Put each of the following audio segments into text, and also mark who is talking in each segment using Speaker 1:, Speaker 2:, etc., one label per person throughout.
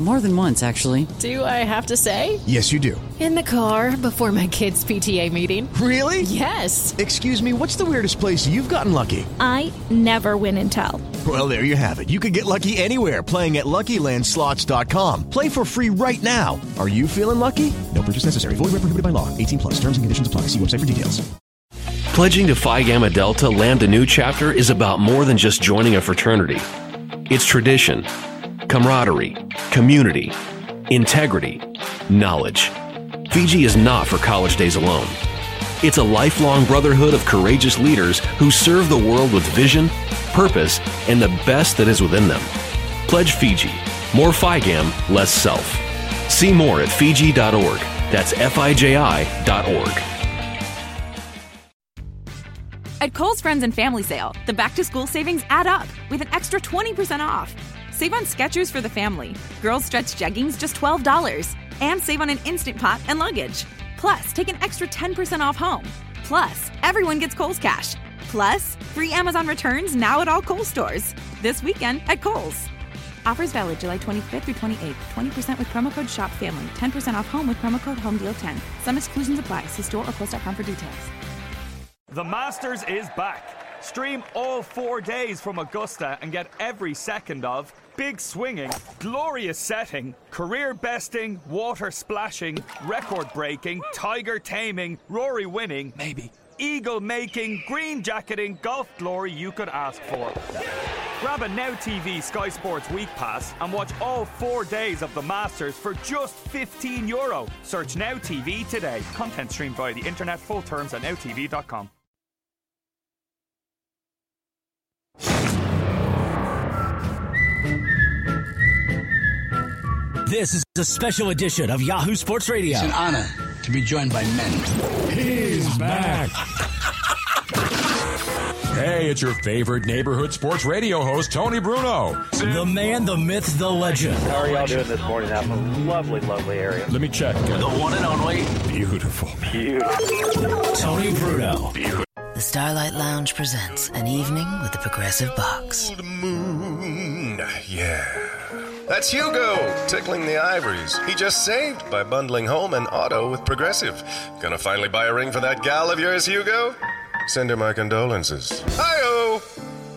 Speaker 1: More than once, actually.
Speaker 2: Do I have to say?
Speaker 3: Yes, you do.
Speaker 4: In the car before my kids' PTA meeting.
Speaker 3: Really?
Speaker 2: Yes.
Speaker 3: Excuse me, what's the weirdest place you've gotten lucky?
Speaker 5: I never win and tell.
Speaker 3: Well, there you have it. You can get lucky anywhere playing at LuckyLandSlots.com. Play for free right now. Are you feeling lucky? No purchase necessary. Void where prohibited by law. 18 plus. Terms and conditions apply. See website for details.
Speaker 6: Pledging to Phi Gamma Delta Lambda Nu chapter is about more than just joining a fraternity. It's tradition, camaraderie, community, integrity, knowledge. Fiji is not for college days alone. It's a lifelong brotherhood of courageous leaders who serve the world with vision, purpose, and the best that is within them. Pledge Fiji. More FIGAM, less self. See more at Fiji.org. That's F-I-J-I.org.
Speaker 7: At Kohl's Friends and Family Sale, the back to school savings add up with an extra 20% off. Save on Skechers for the family, girls stretch jeggings just $12, and save on an Instant Pot and luggage. Plus, take an extra 10% off home. Plus, everyone gets Kohl's Cash. Plus, free Amazon returns now at all Kohl's stores. This weekend at Kohl's. Offers valid July 25th through 28th. 20% with promo code SHOPFAMILY. 10% off home with promo code HOMEDEAL10. Some exclusions apply. See store or kohls.com for details.
Speaker 8: The Masters is back. Stream all four days from Augusta and get every second of big swinging, glorious setting, career besting, water splashing, record breaking, tiger taming, Rory winning, maybe, eagle making, green jacketing, golf glory you could ask for. Grab a Now TV Sky Sports Week Pass and watch all four days of the Masters for just 15 euro. Search Now TV today. Content streamed via the internet, full terms at nowtv.com.
Speaker 9: This is a special edition of Yahoo Sports Radio.
Speaker 10: It's an honor to be joined by men.
Speaker 11: He's back.
Speaker 12: Hey, it's your favorite neighborhood sports radio host, Tony Bruno.
Speaker 9: The man, the myth, the legend.
Speaker 13: How are y'all doing this morning out in a lovely, lovely area?
Speaker 12: Let me check.
Speaker 14: The one and only.
Speaker 12: Beautiful.
Speaker 13: Beautiful.
Speaker 9: Tony Bruno.
Speaker 12: Beautiful.
Speaker 15: The Starlight Lounge presents an evening with the Progressive Box.
Speaker 1: Oh, the moon. Yeah. That's Hugo tickling the ivories. He just saved by bundling home and auto with Progressive. Gonna finally buy a ring for that gal of yours, Hugo? Send her my condolences. Hi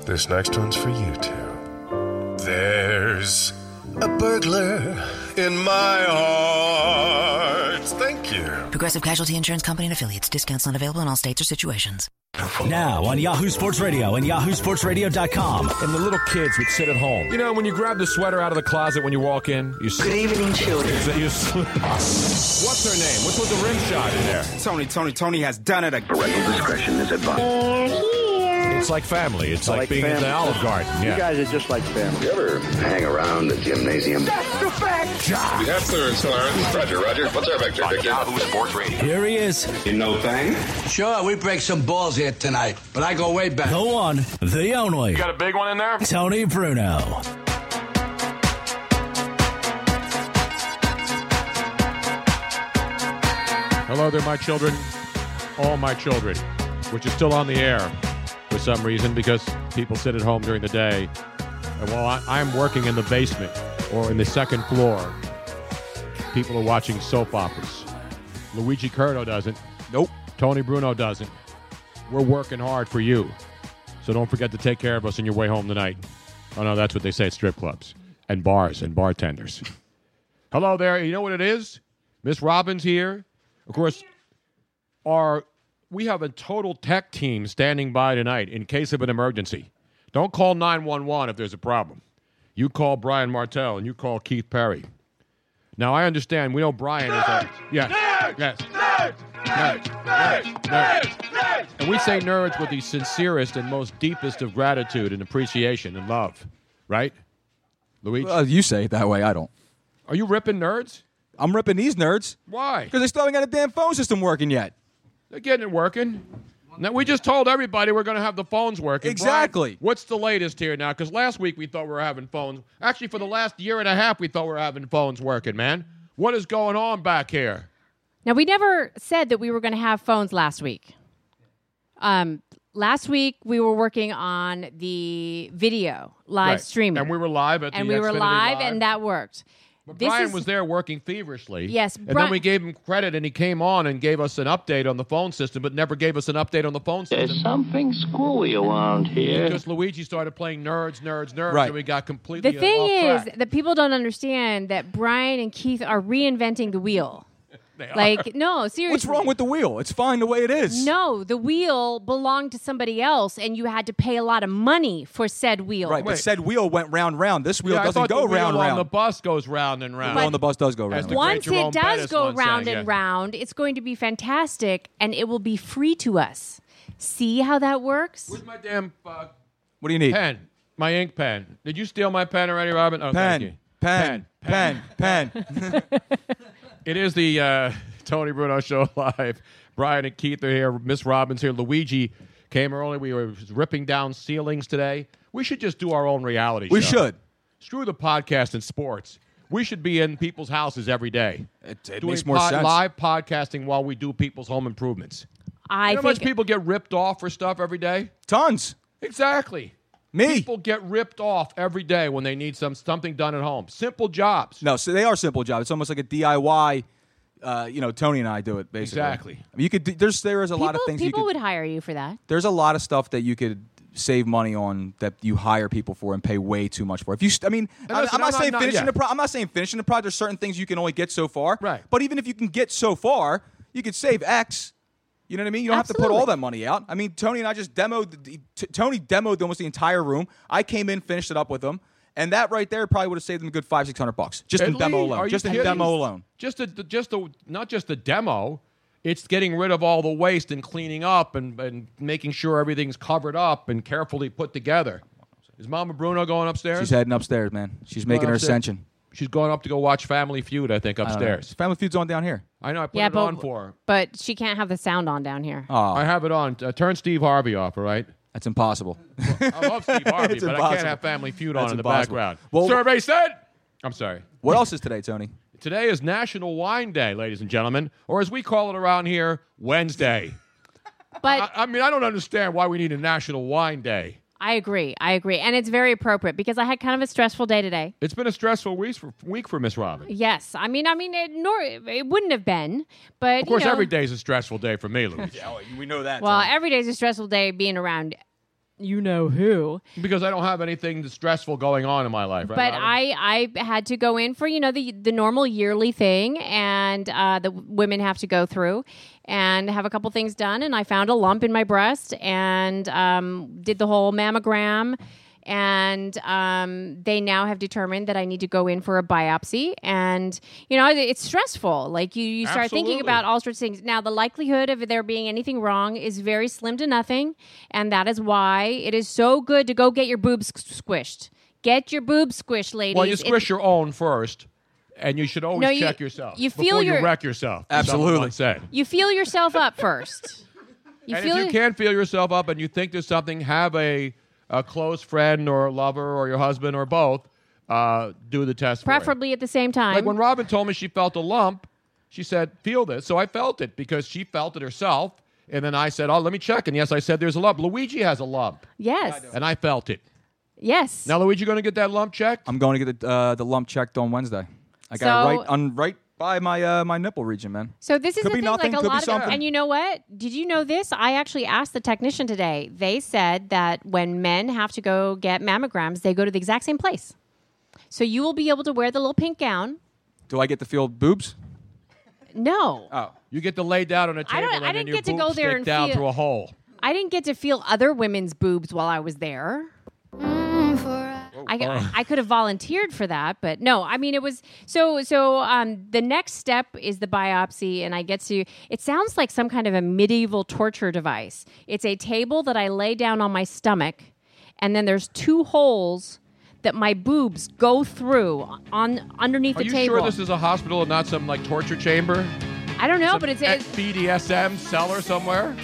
Speaker 1: This next one's for you too. There's a burglar in my heart. Thank you.
Speaker 15: Progressive Casualty Insurance Company and affiliates. Discounts not available in all states or situations.
Speaker 9: Now on Yahoo Sports Radio and yahoosportsradio.com.
Speaker 12: And the little kids would sit at home. You know, when you grab the sweater out of the closet when you walk in, you
Speaker 16: Good evening, children.
Speaker 12: You slip. What's her name? What's with the rim shot in there?
Speaker 17: Tony, Tony, Tony has done it again.
Speaker 18: Parental discretion is advised.
Speaker 12: It's like family. It's, like,
Speaker 18: like
Speaker 12: being in
Speaker 18: family.
Speaker 12: the Olive Garden.
Speaker 18: You
Speaker 12: Yeah.
Speaker 18: guys are just like family.
Speaker 13: You ever hang around the gymnasium?
Speaker 19: Yes, sir, Clarence. Roger, Roger. What's our vector, Victor? Yahoo Sports Radio.
Speaker 9: Here he is,
Speaker 19: You know thing?
Speaker 10: Sure, we break some balls here tonight, but I go way back.
Speaker 9: the one, the only,
Speaker 19: a big one in there?
Speaker 9: Tony Bruno.
Speaker 12: Hello there, my children. All my children, which is still on the air for some reason because people sit at home during the day. And while I, I'm working in the basement or in the second floor, people are watching soap operas. Luigi Curto doesn't. Nope. Tony Bruno doesn't. We're working hard for you. So don't forget to take care of us on your way home tonight. Oh, no, that's what they say at strip clubs and bars and bartenders. Hello there. You know what it is? Miss Robbins here. Of course, our, we have a total tech team standing by tonight in case of an emergency. Don't call 911 if there's a problem. You call Brian Martell and you call Keith Perry. Now, I understand we know Brian is a. Yeah. Yes. Nerds, nerds, nerds. And we say nerds with the sincerest and most deepest of gratitude and appreciation and love, right? Luigi?
Speaker 20: Well, you say it that way. I don't.
Speaker 12: Are you ripping nerds?
Speaker 20: I'm ripping these nerds.
Speaker 12: Why?
Speaker 20: Because they still haven't got a damn phone system working yet.
Speaker 12: They're getting it working. Now, we just told everybody we're going to have the phones working.
Speaker 20: Exactly.
Speaker 12: Brian, what's the latest here now? Because last week we thought we were having phones. Actually, for the last year and a half, we thought we were having phones working, man. What is going on back here?
Speaker 21: Now we never said that we were going to have phones last week. Um, last week we were working on the video live
Speaker 12: Right.
Speaker 21: streaming,
Speaker 12: And we were live at
Speaker 21: and
Speaker 12: the
Speaker 21: we were
Speaker 12: Xfinity
Speaker 21: live,
Speaker 12: Live.
Speaker 21: and that worked.
Speaker 12: But
Speaker 21: This
Speaker 12: Brian
Speaker 21: is-
Speaker 12: was there working feverishly.
Speaker 21: Yes,
Speaker 12: And
Speaker 21: Bri-
Speaker 12: then we gave him credit, and he came on and gave us an update on the phone system, but never gave us an update on the phone system. There's
Speaker 15: something screwy around here.
Speaker 12: Because Luigi started playing nerds, nerds, nerds,
Speaker 20: Right.
Speaker 12: and we got completely
Speaker 21: The thing
Speaker 12: off
Speaker 21: is
Speaker 12: track.
Speaker 21: that people don't understand that Brian and Keith are reinventing the wheel.
Speaker 12: They are.
Speaker 21: Like, no, seriously.
Speaker 20: What's wrong with the wheel? It's fine the way it is.
Speaker 21: No, the wheel belonged to somebody else, and you had to pay a lot of money for said wheel.
Speaker 20: Right, but said wheel went round round. This wheel
Speaker 12: Yeah, I
Speaker 20: doesn't
Speaker 12: thought
Speaker 20: go
Speaker 12: the wheel
Speaker 20: round
Speaker 12: on
Speaker 20: round.
Speaker 12: the bus goes round and round.
Speaker 20: Wheel on the bus does go round.
Speaker 12: the great
Speaker 21: Once
Speaker 12: Jerome
Speaker 21: it does
Speaker 12: Bettis
Speaker 21: go
Speaker 12: once
Speaker 21: round
Speaker 12: sang,
Speaker 21: and
Speaker 12: yeah.
Speaker 21: round, it's going to be fantastic, and it will be free to us. See how that works?
Speaker 12: Where's my damn uh,
Speaker 20: What do you need?
Speaker 12: pen? My ink pen. Did you steal my pen already, Robin? Oh, thank you.
Speaker 20: Pen, pen, pen, pen.
Speaker 12: It is the uh, Tony Bruno Show live. Brian and Keith are here. Miss Robbins here. Luigi came early. We were ripping down ceilings today. We should just do our own reality
Speaker 20: We
Speaker 12: show.
Speaker 20: should.
Speaker 12: Screw the podcast and sports. We should be in people's houses every day. It,
Speaker 20: it
Speaker 12: doing
Speaker 20: makes more sense.
Speaker 12: Live podcasting while we do people's home improvements.
Speaker 21: I
Speaker 12: you know how much
Speaker 21: think
Speaker 12: people get ripped off for stuff every day?
Speaker 20: Tons.
Speaker 12: Exactly.
Speaker 20: Me.
Speaker 12: People get ripped off every day when they need some something done at home. Simple jobs.
Speaker 20: No, so they are simple jobs. It's almost like a DIY. Uh, you know, Tony and I do it basically.
Speaker 12: Exactly.
Speaker 20: I mean, you could. Do, there's there is a lot of
Speaker 21: people,
Speaker 20: things you
Speaker 21: people
Speaker 20: could.
Speaker 21: would hire you for that.
Speaker 20: there's a lot of stuff that you could save money on that you hire people for and pay way too much for. If you, st- I mean, I, am
Speaker 12: listen,
Speaker 20: not
Speaker 12: I'm not-
Speaker 20: saying
Speaker 12: not-
Speaker 20: finishing
Speaker 12: yeah.
Speaker 20: the pro- I'm not saying finishing the project. There's certain things you can only get so far.
Speaker 12: Right.
Speaker 20: But even if you can get so far, you could save X. You know what I mean? You don't have to put all
Speaker 21: Absolutely.
Speaker 20: that money out. I mean, Tony and I just demoed. the- T- Tony demoed almost the entire room. I came in, finished it up with him, and that right there probably would have saved them a good five, six hundred bucks just
Speaker 12: At
Speaker 20: in demo
Speaker 12: least- are
Speaker 20: alone.
Speaker 12: you
Speaker 20: Just in
Speaker 12: kidding?
Speaker 20: demo alone.
Speaker 12: Just the, the- just the, not just the demo. It's getting rid of all the waste and cleaning up and, and making sure everything's covered up and carefully put together. Is Mama Bruno going upstairs?
Speaker 20: She's heading upstairs, man. She's
Speaker 12: Going
Speaker 20: making her
Speaker 12: upstairs?
Speaker 20: ascension.
Speaker 12: She's going up to go watch Family Feud, I think,
Speaker 20: I don't know.
Speaker 12: upstairs.
Speaker 20: Family Feud's on down here.
Speaker 12: I know. I put
Speaker 21: yeah,
Speaker 12: it
Speaker 21: but,
Speaker 12: on for her.
Speaker 21: but she can't have the sound on down here.
Speaker 12: I have it on. Uh, turn Steve Harvey off, all right?
Speaker 20: That's impossible.
Speaker 12: I love Steve Harvey,
Speaker 20: It's
Speaker 12: but I can't
Speaker 20: impossible.
Speaker 12: have Family Feud
Speaker 20: That's
Speaker 12: on in the
Speaker 20: impossible.
Speaker 12: background.
Speaker 20: Well-
Speaker 12: Survey said. I'm sorry.
Speaker 20: What else is today, Tony?
Speaker 12: Today is National Wine Day, ladies and gentlemen, or as we call it around here, Wednesday.
Speaker 21: But
Speaker 12: I, I mean, I don't understand why we need a National Wine Day.
Speaker 21: I agree. I agree. And it's very appropriate because I had kind of a stressful day today.
Speaker 12: It's been a stressful week for, week for Miss Robin.
Speaker 21: Yes. I mean, I mean, it, nor, it wouldn't have been, but
Speaker 12: Of course,
Speaker 21: you know,
Speaker 12: every day is a stressful day for me, Luigi,
Speaker 20: We know that.
Speaker 21: Well, every day's a stressful day being around you know who.
Speaker 12: because I don't have anything that's stressful going on in my life. Right,
Speaker 21: But
Speaker 12: Robin?
Speaker 21: I, I had to go in for you know the the normal yearly thing, and uh, the women have to go through and have a couple things done. And I found a lump in my breast and um, did the whole mammogram. And um, they now have determined that I need to go in for a biopsy, and you know it- it's stressful. Like you, you start thinking
Speaker 12: Absolutely.
Speaker 21: about all sorts of things. Now, the likelihood of there being anything wrong is very slim to nothing, and that is why it is so good to go get your boobs squished. Get your boobs squished, ladies.
Speaker 12: well, you
Speaker 21: It's-
Speaker 12: squish your own first, and you should always
Speaker 21: No, you-
Speaker 12: check yourself
Speaker 21: you
Speaker 12: before
Speaker 21: feel
Speaker 12: you
Speaker 21: your-
Speaker 12: wreck yourself. as someone
Speaker 20: Absolutely.
Speaker 12: once said.
Speaker 21: you feel yourself up first. You
Speaker 12: and
Speaker 21: feel
Speaker 12: if you can feel yourself up and you think there's something, have a, a close friend or lover or your husband or both uh, do the test. for you.
Speaker 21: preferably at the same time.
Speaker 12: Like when Robin told me she felt a lump, she said, "Feel this." So I felt it because she felt it herself, and then I said, "Oh, let me check." And yes, I said, "There's a lump." Luigi has a lump,
Speaker 21: yes,
Speaker 12: and I felt it.
Speaker 21: yes.
Speaker 12: Now, Luigi, going to get that lump checked?
Speaker 20: I'm going to get the, uh, the lump checked on Wednesday. I got
Speaker 21: So-
Speaker 20: it right on right by my uh, my nipple region, man.
Speaker 21: So this is
Speaker 20: could be
Speaker 21: the thing,
Speaker 20: nothing,
Speaker 21: like
Speaker 20: could
Speaker 21: a
Speaker 20: be
Speaker 21: lot of,
Speaker 20: something.
Speaker 21: and you know what? Did you know this? I actually asked the technician today. They said that when men have to go get mammograms, they go to the exact same place. So you will be able to wear the little pink gown.
Speaker 20: Do I get to feel boobs?
Speaker 21: No,
Speaker 20: Oh,
Speaker 12: you get to lay down on a table
Speaker 21: I don't-
Speaker 12: and
Speaker 21: I
Speaker 12: then
Speaker 21: didn't
Speaker 12: your
Speaker 21: get to
Speaker 12: boobs
Speaker 21: go there
Speaker 12: stick
Speaker 21: and
Speaker 12: down
Speaker 21: feel-
Speaker 12: through a hole.
Speaker 21: I didn't get to feel other women's boobs while I was there.
Speaker 12: Oh,
Speaker 21: I, I- I could have volunteered for that, but no. I mean, it was so. So um, the next step is the biopsy, and I get to. It sounds like some kind of a medieval torture device. It's a table that I lay down on my stomach, and then there's two holes that my boobs go through on underneath
Speaker 12: Are
Speaker 21: the
Speaker 12: you
Speaker 21: table.
Speaker 12: sure this is a hospital and not some like torture chamber?
Speaker 21: I don't know, but it's,
Speaker 12: At
Speaker 21: it's
Speaker 12: BDSM cellar somewhere?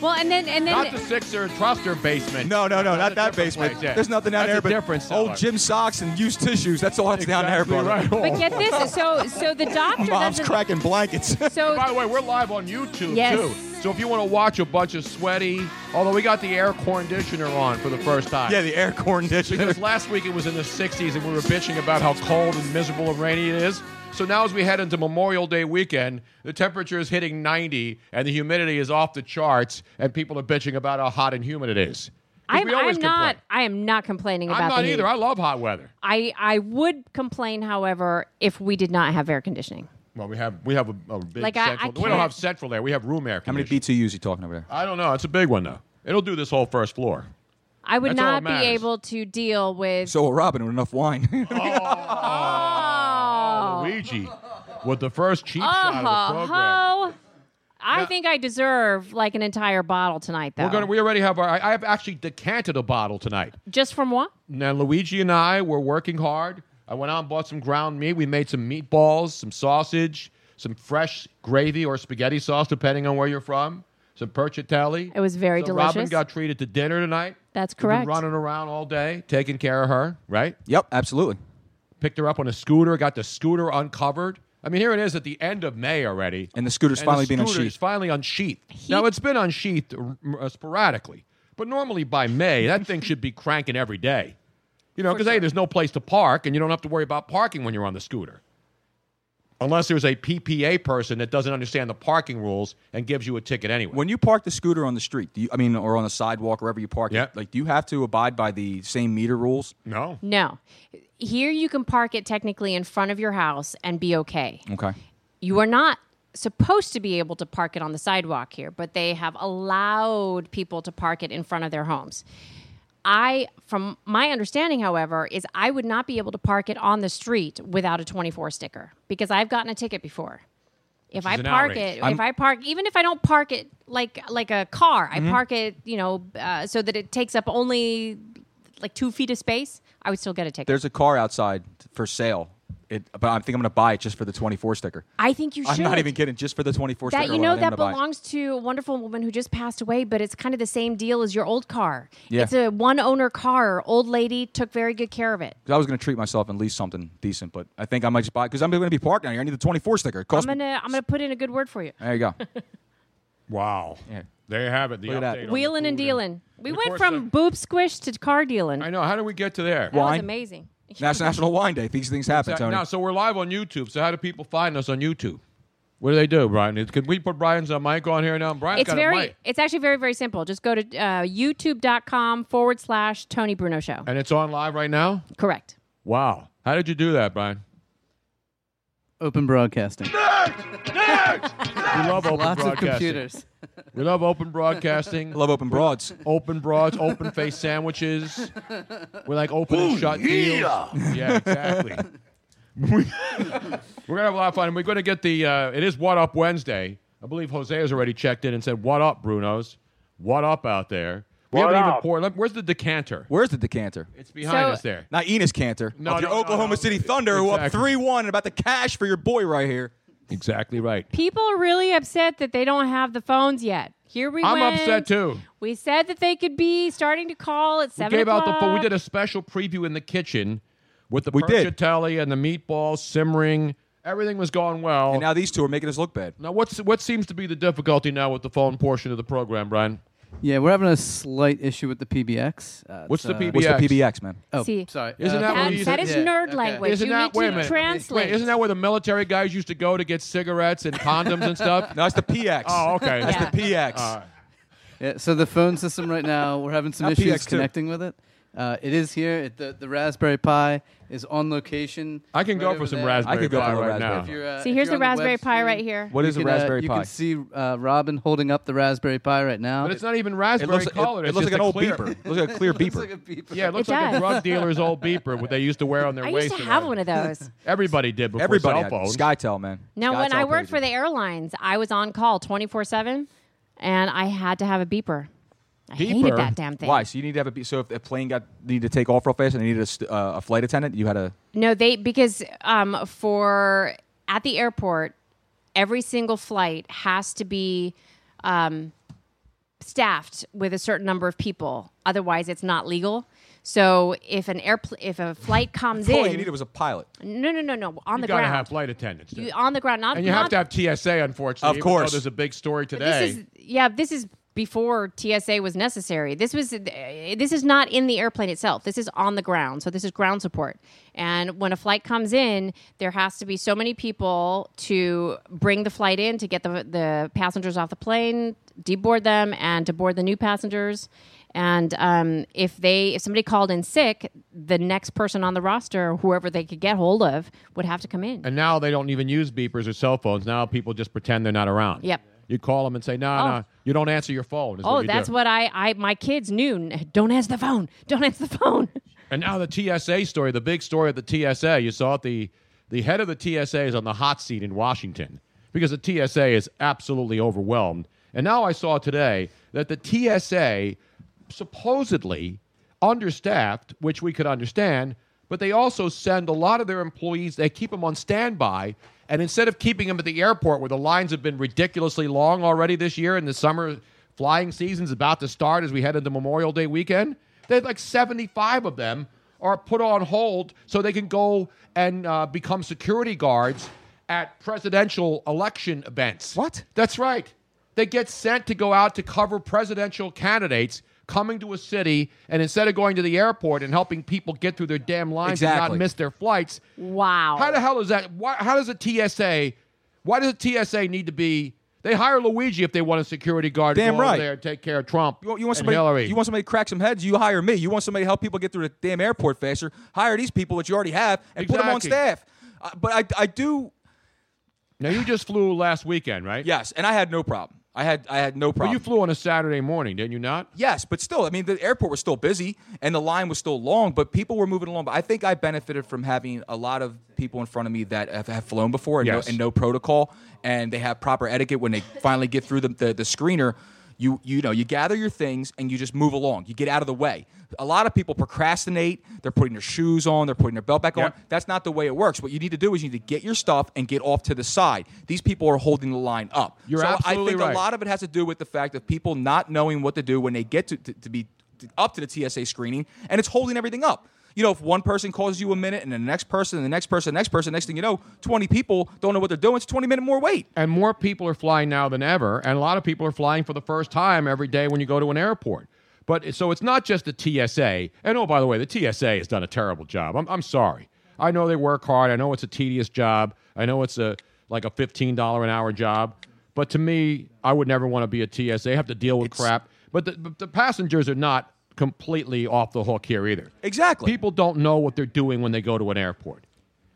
Speaker 21: well, and then and then
Speaker 12: Not the Sixer Truster basement.
Speaker 20: No, no, no, not
Speaker 12: a
Speaker 20: that
Speaker 12: different
Speaker 20: basement.
Speaker 12: place, yeah.
Speaker 20: There's nothing down
Speaker 12: That's
Speaker 20: there
Speaker 12: a
Speaker 20: but
Speaker 12: different cellar.
Speaker 20: old gym socks and used tissues. That's all that's down there, brother.
Speaker 12: right.
Speaker 21: But get this, so so the doctor
Speaker 20: Mom's
Speaker 21: doesn't.
Speaker 20: cracking blankets.
Speaker 21: So
Speaker 12: By the way, we're live on YouTube
Speaker 21: Yes.
Speaker 12: too. So if you want to watch a bunch of sweaty, although we got the air conditioner on for the first time.
Speaker 20: yeah, the air corn dish.
Speaker 12: because last week it was in the 60s and we were bitching about how cold and miserable and rainy it is. So now as we head into Memorial Day weekend, the temperature is hitting 90 and the humidity is off the charts and people are bitching about how hot and humid it is. 'Cause
Speaker 21: I'm,
Speaker 12: we always
Speaker 21: I'm not.
Speaker 12: complain.
Speaker 21: I am not complaining
Speaker 12: I'm
Speaker 21: about
Speaker 12: not
Speaker 21: the heat.
Speaker 12: either. I love hot weather.
Speaker 21: I I would complain, however, if we did not have air conditioning.
Speaker 12: Well, we have we have a, a big
Speaker 21: Like, I- I
Speaker 12: central. we don't
Speaker 21: can't-
Speaker 12: have central air. We have room air.
Speaker 20: How many
Speaker 12: conditioning.
Speaker 20: BTUs you talking over there?
Speaker 12: I don't know. It's a big one though. It'll do this whole first floor.
Speaker 21: I would
Speaker 12: That's all
Speaker 21: not
Speaker 12: that
Speaker 21: be
Speaker 12: matters.
Speaker 21: able to deal with.
Speaker 20: So will Robin with enough wine.
Speaker 21: oh,
Speaker 12: Luigi with the first cheap shot of the
Speaker 21: oh,
Speaker 12: program.
Speaker 21: ho. I think I deserve like an entire bottle tonight, though.
Speaker 12: We're gonna. We already have our. I, I have actually decanted a bottle tonight.
Speaker 21: Just from what?
Speaker 12: Now Luigi and I were working hard. I went out and bought some ground meat. We made some meatballs, some sausage, some fresh gravy or spaghetti sauce, depending on where you're from. Some percatelli.
Speaker 21: It was very
Speaker 12: so Robin
Speaker 21: delicious.
Speaker 12: got treated to dinner tonight.
Speaker 21: That's
Speaker 12: We've been
Speaker 21: correct.
Speaker 12: running around all day, taking care of her. Right.
Speaker 20: yep, absolutely.
Speaker 12: Picked her up on a scooter. Got the scooter uncovered. I mean, here it is at the end of May already.
Speaker 20: And the scooter's
Speaker 12: And
Speaker 20: finally
Speaker 12: the
Speaker 20: being
Speaker 12: scooter is
Speaker 20: unsheathed.
Speaker 12: finally unsheathed. now it's been unsheathed r- r- sporadically, but normally by May that thing should be cranking every day. You know, because hey, there's no place to park, and you don't have to worry about parking when you're on the scooter, unless there's a PPA person that doesn't understand the parking rules and gives you a ticket anyway.
Speaker 20: When you park the scooter on the street, do you, I mean, or on the sidewalk, wherever you park
Speaker 12: Yeah.
Speaker 20: it, like, do you have to abide by the same meter rules?
Speaker 12: No.
Speaker 21: No. Here you can park it technically in front of your house and be okay.
Speaker 20: Okay.
Speaker 21: you are not supposed to be able to park it on the sidewalk here, but they have allowed people to park it in front of their homes. I, from my understanding, however, is I would not be able to park it on the street without a 24 sticker because I've gotten a ticket before. If
Speaker 12: Which
Speaker 21: I
Speaker 12: is an
Speaker 21: park
Speaker 12: outrage.
Speaker 21: it,
Speaker 20: I'm-
Speaker 21: if I park, even if I don't park it like like a car,
Speaker 20: Mm-hmm.
Speaker 21: I park it, you know, uh, so that it takes up only like two feet of space. I would still get a ticket.
Speaker 20: There's a car outside for sale, it, but I think I'm going to buy it just for the 24 sticker.
Speaker 21: I think you should.
Speaker 20: I'm not even kidding, just for the 24
Speaker 21: that
Speaker 20: sticker.
Speaker 21: you know
Speaker 20: alone, I'm gonna
Speaker 21: that
Speaker 20: buy it.
Speaker 21: belongs to a wonderful woman who just passed away but it's kind of the same deal as your old car
Speaker 20: Yeah.
Speaker 21: it's a one owner car old lady took very good care of it
Speaker 20: 'Cause I was going to treat myself and lease something decent, but I think I might just buy it because I'm going to be parked now. here. I need the 24 sticker. It
Speaker 21: i'm
Speaker 20: costs me-
Speaker 21: gonna i'm gonna put in a good word for you
Speaker 20: There you go.
Speaker 12: Wow.
Speaker 20: Yeah.
Speaker 12: There you have it. The
Speaker 20: Look at that.
Speaker 12: update. on
Speaker 21: wheeling
Speaker 12: the
Speaker 21: and
Speaker 12: food
Speaker 21: dealing we
Speaker 12: Of
Speaker 21: went
Speaker 12: course,
Speaker 21: from
Speaker 12: uh,
Speaker 21: boob squish to car dealing
Speaker 12: I
Speaker 21: that
Speaker 12: know. How did we get to there?
Speaker 20: Well,
Speaker 21: was
Speaker 20: Wine.
Speaker 21: amazing
Speaker 20: That's National Wine Day. These things happen,
Speaker 12: Exact-
Speaker 20: Tony.
Speaker 12: Now, so we're live on YouTube. So how do people find us on YouTube? What do they do, Brian? Is- Can we put Brian's uh, mic on here now? Brian's
Speaker 21: it's
Speaker 12: got a
Speaker 21: very
Speaker 12: mic,
Speaker 21: it's actually very very simple just go to uh, youtube.com forward slash tony bruno show
Speaker 12: and it's on live right now.
Speaker 21: correct
Speaker 12: Wow! How did you do that, Brian?
Speaker 10: Open broadcasting.
Speaker 12: We love open
Speaker 10: Lots of
Speaker 12: broadcasting.
Speaker 10: computers.
Speaker 12: We love open broadcasting.
Speaker 20: I love open broads.
Speaker 12: open broads, open face sandwiches. We like open and shut deals. Yeah, exactly. We- we're gonna have a lot of fun. We're gonna get the. Uh, it is What Up Wednesday. I believe Jose has already checked in and said, "What up, Bruno's? What up out there?" We
Speaker 22: What
Speaker 12: haven't even
Speaker 22: up?
Speaker 12: poured. let- Where's the decanter?
Speaker 20: Where's the decanter?
Speaker 12: It's behind
Speaker 21: So-
Speaker 12: us there.
Speaker 20: Not Enos Cantor.
Speaker 12: No,
Speaker 20: of your
Speaker 12: no, no,
Speaker 20: Oklahoma
Speaker 12: no.
Speaker 20: City Thunder who up
Speaker 12: Exactly.
Speaker 20: 3 1 and about to cash for your boy right here.
Speaker 12: Exactly right.
Speaker 21: people are really upset that they don't have the phones yet here we
Speaker 12: I'm
Speaker 21: went.
Speaker 12: upset too.
Speaker 21: We said that they could be starting to call at
Speaker 12: We
Speaker 21: seven.
Speaker 12: gave out the
Speaker 21: o'clock.
Speaker 12: phone. We did a special preview in the kitchen with the
Speaker 20: We did.
Speaker 12: percatelli and the meatballs simmering. Everything was going well.
Speaker 20: And now these two are making us look bad.
Speaker 12: Now, what's what seems to be the difficulty now with the phone portion of the program, Brian?
Speaker 10: Yeah, we're having a slight issue with the PBX. Uh,
Speaker 20: What's the
Speaker 10: it's, uh,
Speaker 20: PBX? What's the PBX, man?
Speaker 10: Oh,
Speaker 21: See,
Speaker 10: sorry.
Speaker 12: Isn't that
Speaker 21: that,
Speaker 12: what you
Speaker 21: that
Speaker 12: said?
Speaker 21: is
Speaker 12: Yeah,
Speaker 21: nerd
Speaker 12: okay.
Speaker 21: language.
Speaker 12: Isn't
Speaker 21: you
Speaker 12: that,
Speaker 21: need
Speaker 12: wait a
Speaker 21: to
Speaker 12: minute.
Speaker 21: translate.
Speaker 12: Wait, isn't that where the military guys used to go to get cigarettes and condoms and stuff?
Speaker 20: No, it's the PX.
Speaker 12: Oh, okay.
Speaker 20: That's the PX.
Speaker 10: Yeah, so the phone system right now, we're having some
Speaker 20: Not
Speaker 10: issues
Speaker 20: PX2.
Speaker 10: connecting with it. Uh, it is here. It, the, the Raspberry Pi is on location.
Speaker 12: I can
Speaker 10: right
Speaker 12: go
Speaker 10: over
Speaker 12: for some
Speaker 10: there.
Speaker 12: Raspberry
Speaker 20: I could go for
Speaker 12: Pi
Speaker 20: a Raspberry
Speaker 12: right now.
Speaker 20: Pi.
Speaker 10: If you're, uh,
Speaker 21: See,
Speaker 10: if
Speaker 21: here's
Speaker 10: you're
Speaker 21: the
Speaker 10: on web
Speaker 21: Raspberry Pi
Speaker 10: stream,
Speaker 21: right here.
Speaker 20: What
Speaker 10: you
Speaker 20: is a
Speaker 10: can, uh,
Speaker 20: Raspberry Pi?
Speaker 10: You can see uh, Robin holding up the Raspberry Pi right now.
Speaker 12: But it's not even raspberry
Speaker 20: looks- it-
Speaker 12: colored.
Speaker 20: it
Speaker 12: it's
Speaker 20: looks
Speaker 12: just
Speaker 20: like an
Speaker 12: a
Speaker 20: old
Speaker 12: clear-
Speaker 20: beeper. It looks like a clear beeper.
Speaker 12: Yeah, it looks
Speaker 21: It
Speaker 12: like a
Speaker 21: does.
Speaker 12: drug dealer's old beeper, what they used to wear on their
Speaker 21: I
Speaker 12: waist.
Speaker 21: used to
Speaker 12: and
Speaker 21: have
Speaker 12: everything.
Speaker 21: one of those.
Speaker 12: Everybody did before
Speaker 20: Everybody
Speaker 12: cell
Speaker 20: had
Speaker 12: phones.
Speaker 20: SkyTel, man.
Speaker 21: No, when
Speaker 20: SkyTel
Speaker 21: I worked
Speaker 20: pages.
Speaker 21: for the airlines, I was on call 24 7 and I had to have a beeper. I hated
Speaker 20: Beeper?
Speaker 21: that damn thing.
Speaker 20: Why? So you need to have a be- so if a plane got needed to take off real fast and they needed a, st- uh, a flight attendant, you had a
Speaker 21: No, they, because um, for at the airport, every single flight has to be um, staffed with a certain number of people. Otherwise, it's not legal. So if an airpl- if a flight comes
Speaker 20: all
Speaker 21: in,
Speaker 20: you needed was a pilot.
Speaker 21: no, no, no, no, on
Speaker 12: You
Speaker 21: the
Speaker 12: gotta
Speaker 21: ground,
Speaker 12: have flight attendants.
Speaker 21: you on the ground, not
Speaker 12: and you
Speaker 21: not
Speaker 12: have to have TSA, unfortunately.
Speaker 20: Of
Speaker 12: even though
Speaker 20: course.
Speaker 12: there's a big story today.
Speaker 21: This is yeah. This is before TSA was necessary. This was eh, this is not in the airplane itself. This is on the ground. So this is ground support. And when a flight comes in, there has to be so many people to bring the flight in to get the the passengers off the plane, deboard them, and to board the new passengers. And um, if they if somebody called in sick, the next person on the roster, whoever they could get hold of, would have to come in.
Speaker 12: And now they don't even use beepers or cell phones. Now people just pretend they're not around.
Speaker 21: Yep.
Speaker 12: You call them and say, no,
Speaker 21: Oh.
Speaker 12: no, you don't answer your phone. is
Speaker 21: Oh,
Speaker 12: you
Speaker 21: that's
Speaker 12: do.
Speaker 21: what I, I my kids knew. Don't answer the phone. Don't answer the phone.
Speaker 12: And now the TSA story, the big story of the TSA. You saw it, the the head of the TSA is on the hot seat in Washington because the TSA is absolutely overwhelmed. And now I saw today that the TSA supposedly understaffed, which we could understand, but they also send a lot of their employees, they keep them on standby. And instead of keeping them at the airport where the lines have been ridiculously long already this year and the summer flying season's about to start as we head into Memorial Day weekend, they had like 75 of them are put on hold so they can go and uh, become security guards at presidential election events.
Speaker 20: What?
Speaker 12: That's right. They get sent to go out to cover presidential candidates coming to a city, and instead of going to the airport and helping people get through their damn lines and not
Speaker 20: Exactly.
Speaker 12: miss their flights,
Speaker 21: Wow.
Speaker 12: how the hell is that? Why, how does a TSA? Why does a TSA need to be? They hire Luigi if they want a security guard to
Speaker 20: Damn
Speaker 12: go over
Speaker 20: right.
Speaker 12: there and take care of Trump
Speaker 20: You want, you want
Speaker 12: and
Speaker 20: somebody?
Speaker 12: Hillary.
Speaker 20: You want somebody to crack some heads? You hire me. You want somebody to help people get through the damn airport faster? Hire these people that you already have and put them on
Speaker 12: Exactly.
Speaker 20: staff. Uh, but I, I do
Speaker 12: now you just flew last weekend, right?
Speaker 20: yes, and I had no problem. I had I had no
Speaker 12: Well,
Speaker 20: problem.
Speaker 12: you flew on a Saturday morning, didn't you not?
Speaker 20: Yes, but still, I mean, the airport was still busy and the line was still long, but people were moving along. But I think I benefited from having a lot of people in front of me that have, have flown before and,
Speaker 12: Yes.
Speaker 20: no, and no protocol, and they have proper etiquette when they finally get through the, the, the screener. You, you know you gather your things and you just move along. You get out of the way. A lot of people procrastinate. They're putting their shoes on. They're putting their belt back
Speaker 12: Yep.
Speaker 20: on. That's not the way it works. What you need to do is you need to get your stuff and get off to the side. These people are holding the line up.
Speaker 12: You're
Speaker 20: so
Speaker 12: absolutely
Speaker 20: I think
Speaker 12: right.
Speaker 20: a lot of it has to do with the fact of people not knowing what to do when they get to, to, to be t- up to the TSA screening, and it's holding everything up. You know, if one person calls you a minute, and the next person, and the next person, the next person, next thing you know, twenty people don't know what they're doing. It's twenty minute more wait.
Speaker 12: and more people are flying now than ever and a lot of people are flying for the first time every day when you go to an airport but so it's not just the tsa and oh by the way the tsa has done a terrible job i'm, I'm sorry i know they work hard i know it's a tedious job i know it's a like a $15 an hour job but to me i would never want to be a tsa I have to deal with crap but the, but the passengers are not completely off the hook here either
Speaker 20: Exactly.
Speaker 12: people don't know what they're doing when they go to an airport.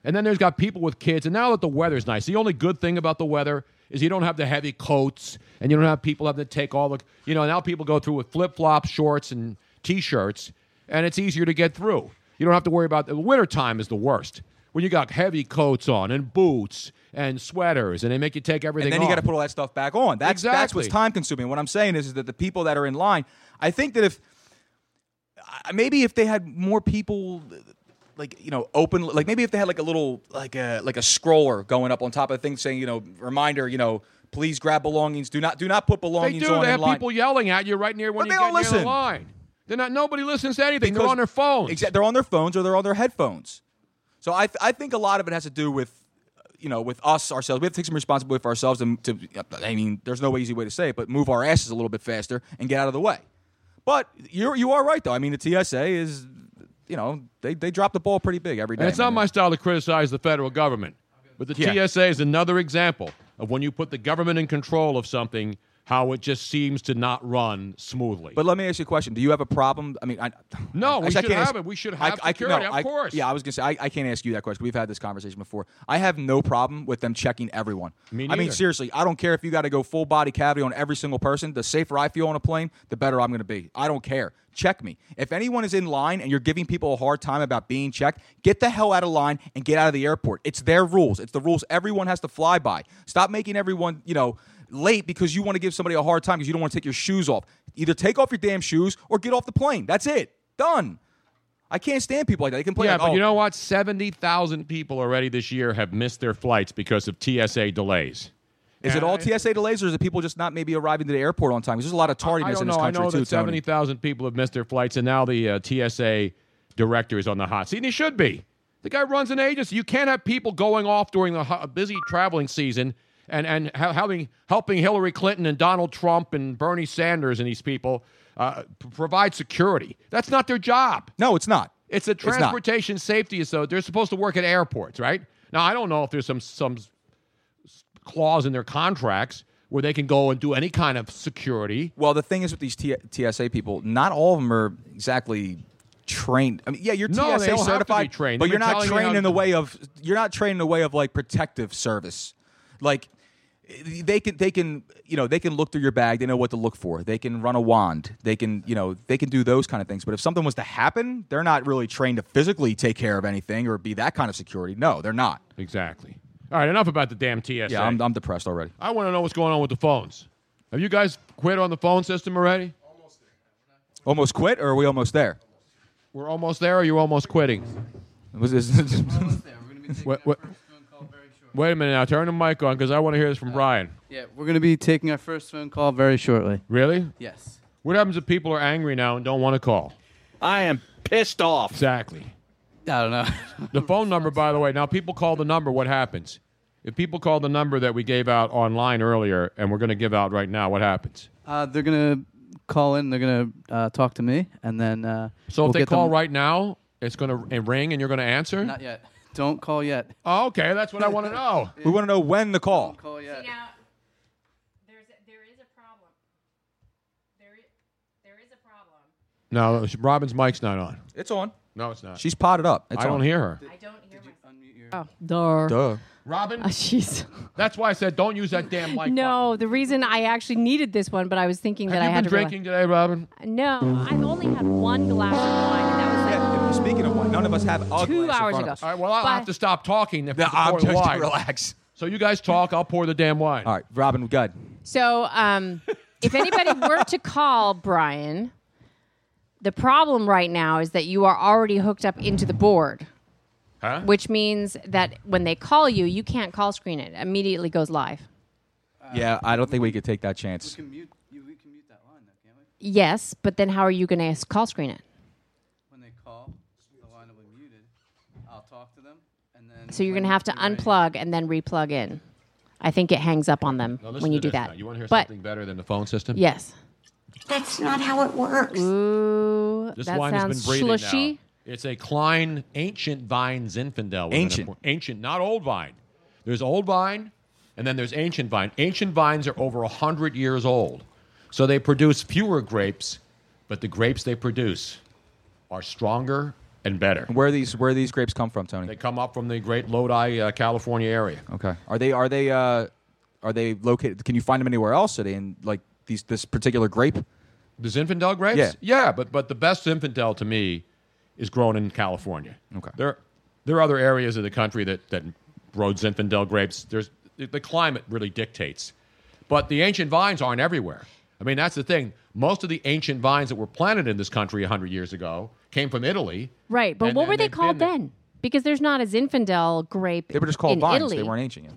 Speaker 12: And then there's got people with kids. And now that the weather's nice, the only good thing about the weather is you don't have the heavy coats and you don't have people having to take all the, you know, now people go through with flip flops, shorts, and t shirts, and it's easier to get through. You don't have to worry about the wintertime is the worst when you got heavy coats on and boots and sweaters and they make you take
Speaker 20: and
Speaker 12: everything
Speaker 20: then
Speaker 12: off.
Speaker 20: you got to put all that stuff back on. That's that's
Speaker 12: Exactly.
Speaker 20: what's time consuming. What I'm saying is, is that the people that are in line, I think that if I- maybe if they had more people like you know open like maybe if they had like a little like a like a scroller going up on top of the thing saying you know reminder you know please grab belongings do not do not put
Speaker 12: They
Speaker 20: belongings
Speaker 12: do.
Speaker 20: on
Speaker 12: They
Speaker 20: in
Speaker 12: have
Speaker 20: line.
Speaker 12: people yelling at you right near when
Speaker 20: But
Speaker 12: you
Speaker 20: they
Speaker 12: get
Speaker 20: don't
Speaker 12: near the
Speaker 20: listen.
Speaker 12: line. They're not, nobody listens to anything. They're
Speaker 20: Because-
Speaker 12: on their phones.
Speaker 20: Exa- they're on their phones or they're on their headphones. So I, th- I think a lot of it has to do with, uh, you know, with us ourselves, we have to take some responsibility for ourselves. And to, I mean, there's no easy way to say it, but move our asses a little bit faster and get out of the way. But you're you are right though. I mean, the TSA is, you know, they they drop the ball pretty big every day.
Speaker 12: And it's not my style to criticize the federal government, but the
Speaker 20: Yeah.
Speaker 12: TSA is another example of when you put the government in control of something, how it just seems to not run smoothly.
Speaker 20: But let me ask you a question. Do you have a problem? I mean, I
Speaker 12: No,
Speaker 20: actually,
Speaker 12: we
Speaker 20: I
Speaker 12: should
Speaker 20: can't
Speaker 12: have
Speaker 20: ask-
Speaker 12: it. We should
Speaker 20: I-
Speaker 12: have
Speaker 20: I-
Speaker 12: security,
Speaker 20: no,
Speaker 12: of
Speaker 20: I-
Speaker 12: course.
Speaker 20: Yeah, I was gonna say I, I can't ask you that question. We've had this conversation before. I have no problem with them checking everyone.
Speaker 12: Me
Speaker 20: I mean,
Speaker 12: neither.
Speaker 20: seriously, I don't care if you got to go full body cavity on every single person. The safer I feel on a plane, the better I'm gonna be. I don't care. Check me. If anyone is in line and you're giving people a hard time about being checked, get the hell out of line and get out of the airport. It's their rules. It's the rules everyone has to fly by. Stop making everyone, you know, late because you want to give somebody a hard time because you don't want to take your shoes off. Either take off your damn shoes or get off the plane. That's it. Done. I can't stand people like that. They complain.
Speaker 12: yeah,
Speaker 20: like,
Speaker 12: but
Speaker 20: oh,
Speaker 12: you know what? 70,000 people already this year have missed their flights because of TSA delays.
Speaker 20: Is it all TSA delays, or is it people just not maybe arriving to the airport on time? 'Cause There's a lot of
Speaker 12: I
Speaker 20: tardiness
Speaker 12: don't
Speaker 20: in
Speaker 12: know.
Speaker 20: this
Speaker 12: I
Speaker 20: country
Speaker 12: know
Speaker 20: too,
Speaker 12: that
Speaker 20: Tony.
Speaker 12: 70,000 people have missed their flights, and now the uh, TSA director is on the hot seat, and he should be. The guy runs an agency. You can't have people going off during the ho- uh, busy traveling season and, and ha- having, helping Hillary Clinton and Donald Trump and Bernie Sanders and these people uh, p- provide security. That's not their job.
Speaker 20: No, it's not.
Speaker 12: It's a
Speaker 20: not.
Speaker 12: transportation safety so They're supposed to work at airports, right? Now, I don't know if there's some, some clause in their contracts where they can go and do any kind of security.
Speaker 20: Well, the thing is with these T- TSA people, not all of them are exactly trained. I mean, yeah, you're
Speaker 12: No, they
Speaker 20: TSA
Speaker 12: don't have to be
Speaker 20: certified,
Speaker 12: trained.
Speaker 20: but
Speaker 12: They've
Speaker 20: you're
Speaker 12: been
Speaker 20: not
Speaker 12: telling me
Speaker 20: trained
Speaker 12: how-
Speaker 20: in the way of you're not trained in the way of like protective service. Like they can they can you know they can look through your bag. They know what to look for. They can run a wand. They can you know they can do those kind of things. But if something was to happen, they're not really trained to physically take care of anything or be that kind of security. No, they're not.
Speaker 12: Exactly. All right, enough about the damn TSA.
Speaker 20: Yeah, I'm, I'm depressed already.
Speaker 12: I want to know what's going on with the phones. Have you guys quit on the phone system already?
Speaker 20: Almost quit, or are we almost there?
Speaker 12: We're almost there, or you're almost quitting?
Speaker 20: Was this?
Speaker 12: wait, wait- wait a minute now. Turn the mic on because I want to hear this from Brian.
Speaker 10: Uh, Yeah, we're going to be taking our first phone call very shortly.
Speaker 12: Really?
Speaker 10: Yes.
Speaker 12: What happens if people are angry now and don't want to call?
Speaker 4: I am pissed off.
Speaker 12: Exactly.
Speaker 10: I don't know.
Speaker 12: the phone number, by the way. Now, people call the number. What happens? If people call the number that we gave out online earlier and we're going to give out right now, what happens?
Speaker 10: Uh, they're going to call in, they're going to uh, talk to me, and then. Uh,
Speaker 12: So
Speaker 10: we'll
Speaker 12: if they
Speaker 10: get
Speaker 12: call
Speaker 10: them-
Speaker 12: right now, it's going to ring and you're going to answer?
Speaker 10: Not yet. Don't call yet.
Speaker 12: Oh, okay. That's what I want to know.
Speaker 20: We want to know when the call.
Speaker 10: Call yet.
Speaker 12: No, Robin's mic's not on.
Speaker 20: It's on.
Speaker 12: No, Uh, it's not.
Speaker 20: She's potted up. It's
Speaker 12: I don't
Speaker 20: on.
Speaker 12: hear her.
Speaker 21: Oh, duh.
Speaker 20: Duh.
Speaker 12: Robin?
Speaker 21: Jeez.
Speaker 12: That's why I said don't use that damn mic.
Speaker 21: no, the reason I actually needed this one, but I was thinking
Speaker 12: Have
Speaker 21: that I
Speaker 12: you
Speaker 21: had
Speaker 12: been
Speaker 21: to.
Speaker 12: drinking today, Robin?
Speaker 21: Rely- no, I've only had one glass of wine, and that was like
Speaker 20: Speaking of one, none of us have a
Speaker 21: Two
Speaker 20: glass in
Speaker 21: hours
Speaker 20: front of
Speaker 21: ago.
Speaker 20: us.
Speaker 12: All right, well, I'll have to stop talking. If
Speaker 20: No,
Speaker 12: it's a
Speaker 20: I'm
Speaker 12: pour of
Speaker 20: just-
Speaker 12: wine.
Speaker 20: relax.
Speaker 12: So you guys talk. I'll pour the damn wine. All
Speaker 20: right, Robin, good.
Speaker 21: So, um, if anybody were to call Brian, the problem right now is that you are already hooked up into the board,
Speaker 12: Huh?
Speaker 21: which means that when they call you, you can't call screen it. Immediately goes live.
Speaker 20: Yeah, I don't think we could take that chance.
Speaker 21: Yes, but then how are you going to call screen it?
Speaker 10: When they call, the line will be muted. I'll talk to them, and then.
Speaker 21: So you're
Speaker 10: when
Speaker 21: going to have to
Speaker 10: they're ready-
Speaker 21: unplug and then replug in. I think it hangs up on them
Speaker 12: Now, listen
Speaker 21: when you
Speaker 12: to
Speaker 21: do
Speaker 12: this
Speaker 21: that.
Speaker 12: now. You want to hear
Speaker 21: but
Speaker 12: something better than the phone system?
Speaker 21: yes,
Speaker 23: That's not how it works.
Speaker 21: Ooh,
Speaker 12: This
Speaker 21: that
Speaker 12: wine
Speaker 21: sounds
Speaker 12: has been breathing
Speaker 21: slushy.
Speaker 12: now. It's a Klein Ancient Vine Zinfandel. with an
Speaker 20: Ancient.
Speaker 12: impor- ancient, not old vine. There's old vine, and then there's ancient vine. Ancient vines are over hundred years old, so they produce fewer grapes, but the grapes they produce are stronger and better.
Speaker 20: Where these where these grapes come from, Tony?
Speaker 12: They come up from the Great Lodi, uh, California area.
Speaker 20: Okay. Are they are they uh are they located? Can you find them anywhere else? Are they in like these this particular grape?
Speaker 12: The Zinfandel grapes?
Speaker 20: Yeah.
Speaker 12: Yeah, but but the best Zinfandel to me is grown in California. Okay. There there are other areas of the country that that grow Zinfandel grapes. There's the- the climate really dictates. But the ancient vines aren't everywhere. I mean, that's the thing. Most of the ancient vines that were planted in this country 100 years ago came from Italy.
Speaker 21: Right, but
Speaker 12: And-
Speaker 21: what were
Speaker 12: and
Speaker 21: they
Speaker 12: they've
Speaker 21: called
Speaker 12: been there.
Speaker 21: then? Because there's not a Zinfandel grape.
Speaker 12: They were just called
Speaker 21: in
Speaker 12: vines.
Speaker 21: Italy. Oh,
Speaker 12: They weren't ancient.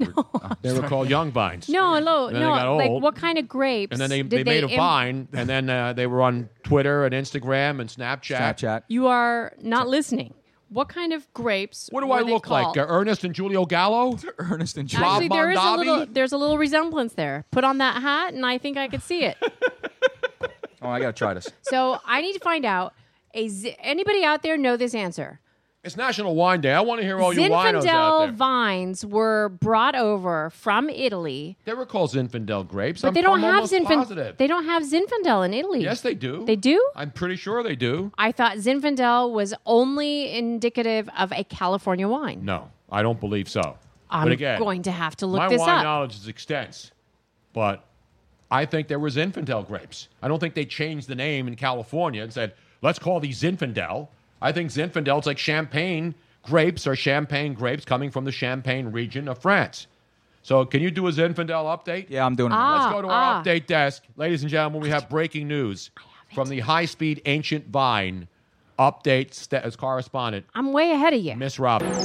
Speaker 12: They were called young vines.
Speaker 21: No, hello,
Speaker 12: And then
Speaker 21: no.
Speaker 12: they got
Speaker 21: Like
Speaker 12: old.
Speaker 21: what kind of grapes?
Speaker 12: And then they,
Speaker 21: did
Speaker 12: they made a
Speaker 21: im-
Speaker 12: vine, and then uh, they were on Twitter and Instagram and Snapchat.
Speaker 20: Snapchat.
Speaker 21: You are not listening. What kind of grapes?
Speaker 12: What do
Speaker 21: were
Speaker 12: I
Speaker 21: they
Speaker 12: look
Speaker 21: called?
Speaker 12: like? Uh, Ernest and Julio Gallo?
Speaker 20: Ernest and
Speaker 21: Actually, there is a little. There's a little resemblance there. Put on that hat, and I think I could see it.
Speaker 20: Oh, I gotta try this.
Speaker 21: so I need to find out. A zi- anybody out there know this answer?
Speaker 12: It's National Wine Day. I want to hear all you winos out there.
Speaker 21: Zinfandel vines were brought over from Italy,
Speaker 12: They were called Zinfandel grapes.
Speaker 21: but
Speaker 12: I'm,
Speaker 21: they don't
Speaker 12: I'm
Speaker 21: have
Speaker 12: almost
Speaker 21: Zinfandel.
Speaker 12: positive.
Speaker 21: They don't have Zinfandel in Italy.
Speaker 12: Yes, they do.
Speaker 21: They do.
Speaker 12: I'm pretty sure they do.
Speaker 21: I thought Zinfandel was only indicative of a California wine.
Speaker 12: No, I don't believe so.
Speaker 21: I'm
Speaker 12: but again,
Speaker 21: going to have to look
Speaker 12: my
Speaker 21: this
Speaker 12: wine
Speaker 21: up.
Speaker 12: knowledge is extensive, but I think there was Zinfandel grapes. I don't think they changed the name in California and said, "Let's call these Zinfandel." I think Zinfandel is like champagne grapes or champagne grapes coming from the Champagne region of France. So, can you do a Zinfandel update? Yeah,
Speaker 20: I'm doing
Speaker 21: it now. Ah,
Speaker 12: Let's go to our
Speaker 21: ah.
Speaker 12: update desk, ladies and gentlemen. We have breaking news from the high-speed ancient vine update st- as correspondent,
Speaker 21: I'm way ahead of you.
Speaker 12: Miss Robbins.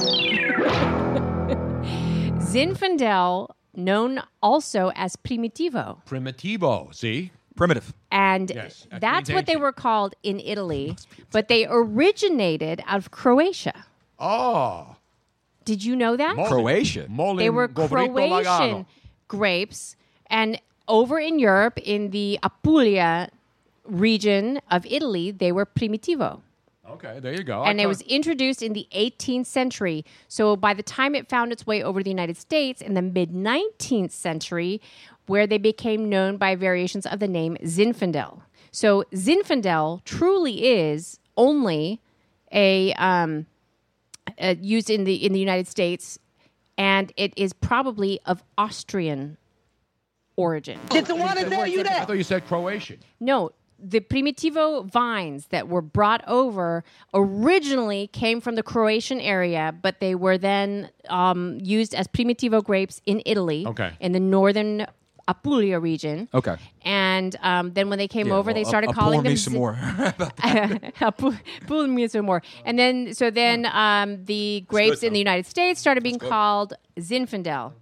Speaker 21: Zinfandel, known also as Primitivo.
Speaker 12: Primitivo, see?
Speaker 20: Primitive.
Speaker 21: And
Speaker 12: Yes, that
Speaker 21: that's
Speaker 12: means
Speaker 21: what they
Speaker 12: ancient.
Speaker 21: were called in Italy, but they originated out of Croatia.
Speaker 12: Oh.
Speaker 21: Did you know that?
Speaker 20: Croatia.
Speaker 21: They were Croatian grapes. And over in Europe, in the Apulia region of Italy, they were Primitivo.
Speaker 12: Okay, there you go.
Speaker 21: and it was introduced in the 18th century. So by the time it found its way over to the United States in the mid 19th century, where they became known by variations of the name Zinfandel. So Zinfandel truly is only a um, uh, used in the in the United States, and it is probably of Austrian origin.
Speaker 12: I thought you said Croatian.
Speaker 21: No, the Primitivo vines that were brought over originally came from the Croatian area, but they were then um, used as Primitivo grapes in Italy,
Speaker 20: Okay.
Speaker 21: in the northern Apulia region.
Speaker 20: Okay.
Speaker 21: And um, then when they came
Speaker 20: Yeah,
Speaker 21: over,
Speaker 20: well,
Speaker 21: they
Speaker 20: uh,
Speaker 21: started
Speaker 20: uh,
Speaker 21: calling
Speaker 20: pour
Speaker 21: them
Speaker 20: me some
Speaker 21: Zin-
Speaker 20: more.
Speaker 21: Apu- Pull me some more. And then, so then um, the grapes
Speaker 20: good,
Speaker 21: in the United States started being
Speaker 12: good.
Speaker 21: called Zinfandel.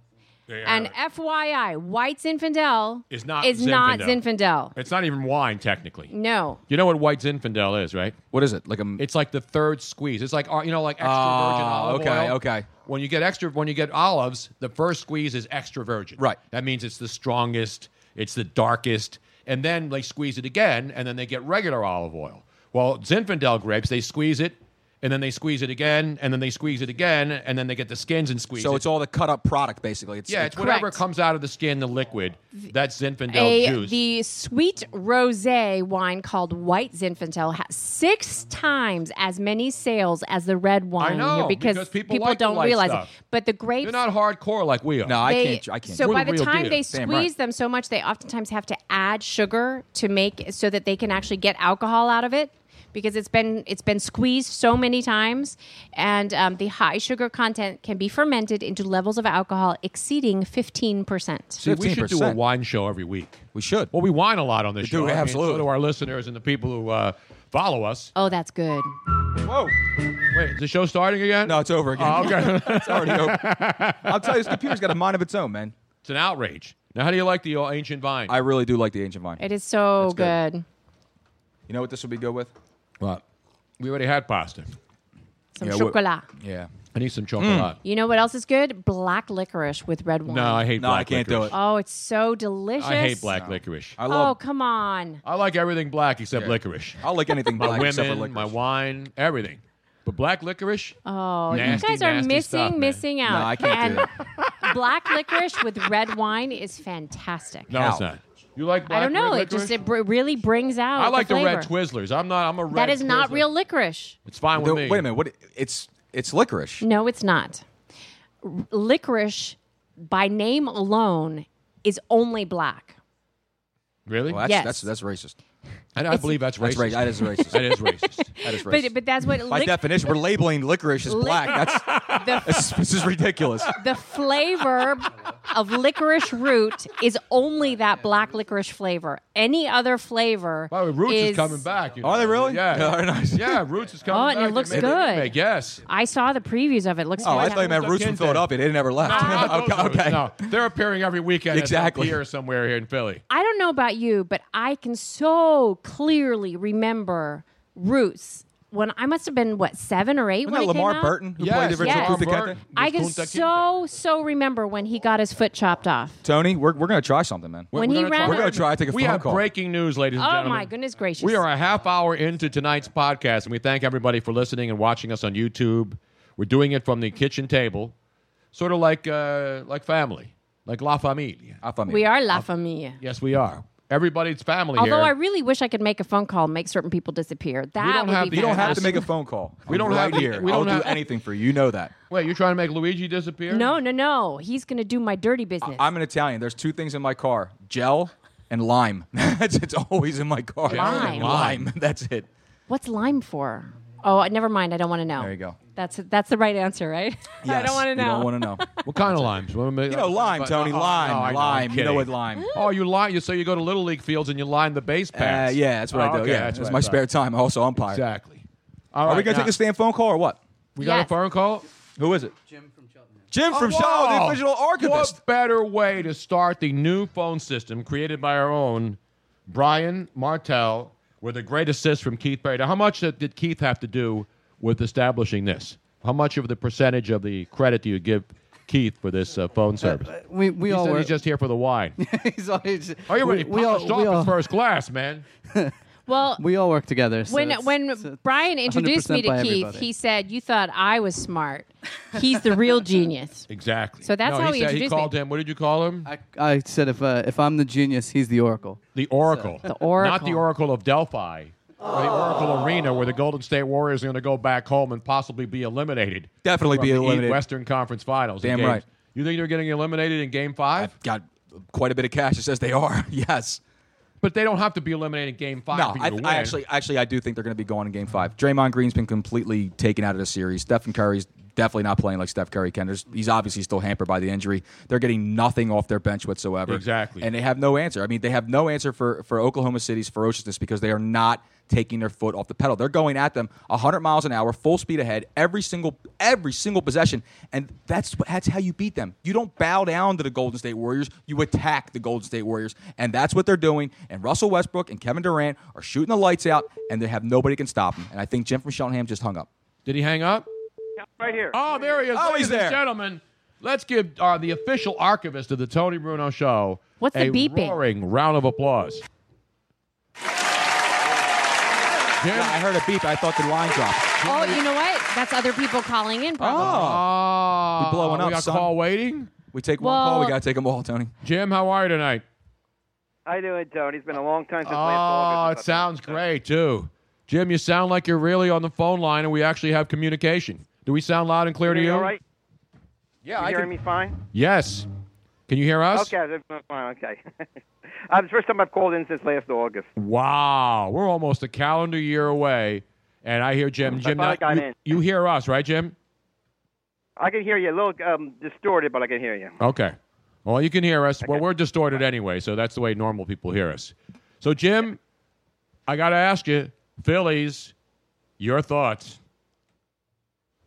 Speaker 21: And FYI, white Zinfandel
Speaker 12: It's not
Speaker 21: is not Zinfandel.
Speaker 12: It's not even wine, technically.
Speaker 21: No.
Speaker 12: You know what white Zinfandel is, right?
Speaker 20: What is it? Like a?
Speaker 12: It's like the third squeeze. It's like uh, you know, like extra virgin
Speaker 20: Ah,
Speaker 12: olive
Speaker 20: okay,
Speaker 12: oil.
Speaker 20: okay.
Speaker 12: When you get extra, when you get olives, the first squeeze is extra virgin. Right. That means it's the strongest. It's the darkest. And then they squeeze it again, and then they get regular olive oil. Well, Zinfandel grapes, they squeeze it, and then they squeeze it again, and then they squeeze it again, and then they get the skins and squeeze
Speaker 20: So
Speaker 12: it.
Speaker 20: it's all the cut up product, basically. It's,
Speaker 12: yeah, it's whatever comes out of the skin, the liquid. That's Zinfandel
Speaker 21: a,
Speaker 12: juice.
Speaker 21: the sweet rosé wine called White Zinfandel has six times as many sales as the red wine
Speaker 12: know,
Speaker 21: here because,
Speaker 12: because people like the
Speaker 21: don't
Speaker 12: light
Speaker 21: realize
Speaker 12: stuff.
Speaker 21: it. But the grapes,
Speaker 12: They're not hardcore like we are. No,
Speaker 21: they- So by the time they squeeze them so much, they oftentimes have to add sugar to make so that they can actually get alcohol out of it because it's been it's been squeezed so many times, and um, the high sugar content can be fermented into levels of alcohol exceeding fifteen percent.
Speaker 12: See, we should do a wine show every week. We should. Well, we wine a lot on this
Speaker 20: We do,
Speaker 12: show. I mean,
Speaker 20: absolutely.
Speaker 12: so do our listeners and the people who uh, follow us.
Speaker 21: Oh, that's good.
Speaker 20: Whoa.
Speaker 12: Wait, is the show starting again?
Speaker 20: No, it's over again.
Speaker 12: Oh, okay.
Speaker 20: it's already over. I'll tell you, this computer's got a mind of its own, man.
Speaker 12: It's an outrage. Now, how do you like the old ancient vine?
Speaker 20: I really do like the ancient vine.
Speaker 21: It is so
Speaker 20: That's
Speaker 21: good.
Speaker 20: You know what this would be good with?
Speaker 12: What? We already had pasta.
Speaker 21: Some chocolate.
Speaker 20: yeah.
Speaker 12: I need some
Speaker 20: Mm.
Speaker 12: chocolate.
Speaker 21: You know what else is good? Black licorice with red wine.
Speaker 12: No, I hate black licorice.
Speaker 21: Oh, it's so delicious.
Speaker 12: I hate black licorice. I
Speaker 21: oh, come on.
Speaker 12: I like everything black except licorice.
Speaker 20: I like anything
Speaker 12: my
Speaker 20: black
Speaker 12: women,
Speaker 20: except for licorice.
Speaker 12: my wine, everything. But black licorice?
Speaker 21: Oh,
Speaker 12: Nasty,
Speaker 21: you guys are
Speaker 12: nasty
Speaker 21: missing
Speaker 12: stuff, man.
Speaker 21: missing out.
Speaker 12: No, I can't do
Speaker 21: and black licorice with red wine is fantastic.
Speaker 12: No, it's not. You like black
Speaker 21: I don't know.
Speaker 12: red
Speaker 21: It just
Speaker 12: licorice?
Speaker 21: it br- really brings out.
Speaker 12: I like the,
Speaker 21: Oh, flavor.
Speaker 12: red Twizzlers. I'm not. I'm a red.
Speaker 21: That is not
Speaker 12: Twizzler.
Speaker 21: real licorice.
Speaker 12: It's fine with
Speaker 20: No,
Speaker 12: me.
Speaker 20: Wait a minute. What? It's it's licorice.
Speaker 21: No, it's not. R- licorice, by name alone, is only black.
Speaker 12: Really?
Speaker 20: Well, that's,
Speaker 21: Yes.
Speaker 20: that's that's racist.
Speaker 12: I, I believe that's
Speaker 20: That's
Speaker 12: racist.
Speaker 20: ra- that is racist.
Speaker 12: that is racist.
Speaker 20: That is racist.
Speaker 21: But but that's what
Speaker 20: By
Speaker 21: lic-
Speaker 20: definition, we're labeling licorice as
Speaker 21: Lic-
Speaker 20: black. That's this, is- this is ridiculous.
Speaker 21: the flavor of licorice root is only that black licorice flavor. Any other flavor
Speaker 12: By the way, Roots is,
Speaker 21: is
Speaker 12: coming back. Are they really? Yeah. Yeah, Roots is coming
Speaker 21: Oh,
Speaker 12: back.
Speaker 21: and it looks
Speaker 12: They made a
Speaker 21: good.
Speaker 12: remake, Yes.
Speaker 21: I saw the previews of it. Looks
Speaker 20: Oh, I
Speaker 21: fantastic.
Speaker 20: thought you meant roots from Philadelphia. They never left.
Speaker 12: No,
Speaker 20: okay. okay.
Speaker 12: Ah, No, they're appearing every weekend
Speaker 20: Exactly.
Speaker 12: at some pier somewhere here in Philly.
Speaker 21: I don't know about you, but I can so clearly remember Roots when I must have been what seven or 8
Speaker 20: Wasn't
Speaker 21: when
Speaker 20: that
Speaker 21: it
Speaker 20: Lamar
Speaker 21: came out?
Speaker 20: Burton who played the original
Speaker 21: Yes.
Speaker 20: Kunta Kinte?
Speaker 21: I can so so remember when he got his foot chopped off.
Speaker 20: Tony, we're, we're going to try something, man.
Speaker 21: When We're he gonna ran-
Speaker 20: We're going to try. Take a
Speaker 12: we
Speaker 20: phone
Speaker 12: have
Speaker 20: call.
Speaker 12: breaking news, ladies and
Speaker 21: Oh,
Speaker 12: gentlemen.
Speaker 21: my goodness gracious.
Speaker 12: We are a half hour into tonight's podcast, and we thank everybody for listening and watching us on YouTube. We're doing it from the kitchen table, sort of like uh, like family, like la familia.
Speaker 21: We are La Familia.
Speaker 12: Yes, we are. Everybody's family
Speaker 21: Although I
Speaker 12: here.
Speaker 21: really wish I could make a phone call and make certain people disappear. That
Speaker 12: don't
Speaker 21: would
Speaker 12: have
Speaker 21: be
Speaker 12: to- you don't
Speaker 20: have to
Speaker 21: fantastic.
Speaker 20: make a phone call.
Speaker 12: We don't
Speaker 20: I'm
Speaker 12: have
Speaker 20: right here.
Speaker 12: We don't
Speaker 20: I'll
Speaker 12: have
Speaker 20: do anything for you. You know that.
Speaker 12: Wait, you're trying to make Luigi disappear?
Speaker 21: No, no, no. He's going to do my dirty business.
Speaker 20: I'm an Italian. There's two things in my car: gel and lime. That's it's always in my car.
Speaker 21: Gel and lime.
Speaker 20: lime. That's it.
Speaker 21: What's lime for? Oh, never mind. I don't want to know.
Speaker 20: There you go.
Speaker 21: That's that's the right answer, right? I
Speaker 20: Yes,
Speaker 21: don't want to
Speaker 20: you
Speaker 21: know.
Speaker 20: don't wanna know.
Speaker 12: What kind of limes?
Speaker 20: You know, lime,
Speaker 12: uh,
Speaker 20: Tony, lime, lime. You know what lime.
Speaker 12: Oh, you lime. You so you go to little league fields and you line the base paths.
Speaker 20: Uh, yeah, that's what I
Speaker 12: Oh,
Speaker 20: do.
Speaker 12: okay,
Speaker 20: yeah,
Speaker 12: that's
Speaker 20: that's
Speaker 12: what
Speaker 20: my
Speaker 12: I
Speaker 20: spare
Speaker 12: thought.
Speaker 20: time. I'm also umpire.
Speaker 12: Exactly.
Speaker 20: All right, Are we gonna
Speaker 12: now-
Speaker 20: take a stand phone call or what?
Speaker 12: We got a phone call.
Speaker 20: Who is it? Jim from
Speaker 12: Oh,
Speaker 20: Shaw, the
Speaker 12: wow.
Speaker 20: original archivist.
Speaker 12: What better way to start the new phone system created by our own Brian Martell with a great assist from Keith Perry? Now, how much did did Keith have to do with establishing this? How much of the percentage of the credit do you give Keith for this uh, phone service?
Speaker 10: we- we
Speaker 12: He
Speaker 10: all
Speaker 12: said
Speaker 10: were-
Speaker 12: he's just here for the wine.
Speaker 10: He's always,
Speaker 12: Are you ready?
Speaker 10: We, we all,
Speaker 12: Polished
Speaker 10: we
Speaker 12: off
Speaker 10: all,
Speaker 12: in first class, man.
Speaker 21: well,
Speaker 10: we all work together. So
Speaker 21: when
Speaker 10: it's-
Speaker 21: when Brian introduced me
Speaker 10: 100% by
Speaker 21: to Keith,
Speaker 10: everybody.
Speaker 21: he said, "You thought I was smart. He's the real genius."
Speaker 12: Exactly.
Speaker 21: So that's
Speaker 12: no,
Speaker 21: how
Speaker 12: he,
Speaker 21: he
Speaker 12: said he
Speaker 21: introduced me.
Speaker 12: called him. What did you call him?
Speaker 10: I said if uh, if I'm the genius, he's the oracle.
Speaker 12: The oracle.
Speaker 10: The
Speaker 12: Not the oracle of Delphi. Or the Oracle Arena, where the Golden State Warriors are going to go back home and possibly be eliminated.
Speaker 20: Definitely
Speaker 12: from
Speaker 20: be
Speaker 12: the
Speaker 20: eliminated.
Speaker 12: Western Conference Finals. in
Speaker 20: Damn
Speaker 12: games.
Speaker 20: right.
Speaker 12: You think they're getting eliminated in Game Five?
Speaker 20: got quite a bit of cash. It says they are. yes.
Speaker 12: But they don't have to be eliminated in Game Five.
Speaker 20: No,
Speaker 12: for you
Speaker 20: I,
Speaker 12: to win.
Speaker 20: I actually, actually, I do think they're going to be going in Game Five. Draymond Green's been completely taken out of the series. Stephen Curry's definitely not playing like Steph Curry can. There's, he's obviously still hampered by the injury. They're getting nothing off their bench whatsoever.
Speaker 12: Exactly.
Speaker 20: and they have no answer. I mean, they have no answer for for Oklahoma City's ferociousness because they are not taking their foot off the pedal. They're going at them 100 miles an hour, full speed ahead, every single every single possession, and that's what- that's how you beat them. You don't bow down to the Golden State Warriors. You attack the Golden State Warriors, and that's what they're doing. And Russell Westbrook and Kevin Durant are shooting the lights out, and they have nobody can stop them. And I think Jim from Shellingham just hung up.
Speaker 12: Did he hang up?
Speaker 4: Right here.
Speaker 12: Oh, there he is.
Speaker 4: Oh,
Speaker 12: Ladies
Speaker 4: he's
Speaker 12: and
Speaker 4: there.
Speaker 12: gentlemen. Let's give uh, the official archivist of the Tony Bruno Show
Speaker 21: What's the
Speaker 12: a
Speaker 21: beeping?
Speaker 12: roaring round of applause. Jim?
Speaker 20: I heard a beep. I thought the line dropped.
Speaker 21: Oh, you know what? That's other people calling in. Probably.
Speaker 12: Oh,
Speaker 20: we blowing
Speaker 12: we
Speaker 20: up.
Speaker 12: got a
Speaker 20: son.
Speaker 12: call waiting.
Speaker 20: We take one call. We
Speaker 21: Well-
Speaker 20: gotta take them all, Tony.
Speaker 12: Jim, how are you tonight?
Speaker 24: How you doing, Tony? It's been a long time since last
Speaker 12: Oh, it sounds great too. Jim, you sound like you're really on the phone line, and we actually have communication. Do we sound loud and clear
Speaker 24: August.
Speaker 12: to you?
Speaker 24: All right.
Speaker 20: Yeah,
Speaker 24: you
Speaker 20: I
Speaker 24: hearing
Speaker 20: can-
Speaker 24: me fine?
Speaker 12: Yes. Can you hear us?
Speaker 24: Okay, that's fine. Okay. uh, the first time I've called in since last August.
Speaker 12: Wow, we're almost a calendar year away, and I hear Jim. Jim,
Speaker 24: finally got
Speaker 12: you,
Speaker 24: in.
Speaker 12: you hear us, right, Jim?
Speaker 24: I can hear you a little um, distorted, but I can hear you.
Speaker 12: Okay. Well, you can hear us. Well, we're distorted anyway, so that's the way normal people hear us. So, Jim, I got to ask you, Phillies, your thoughts.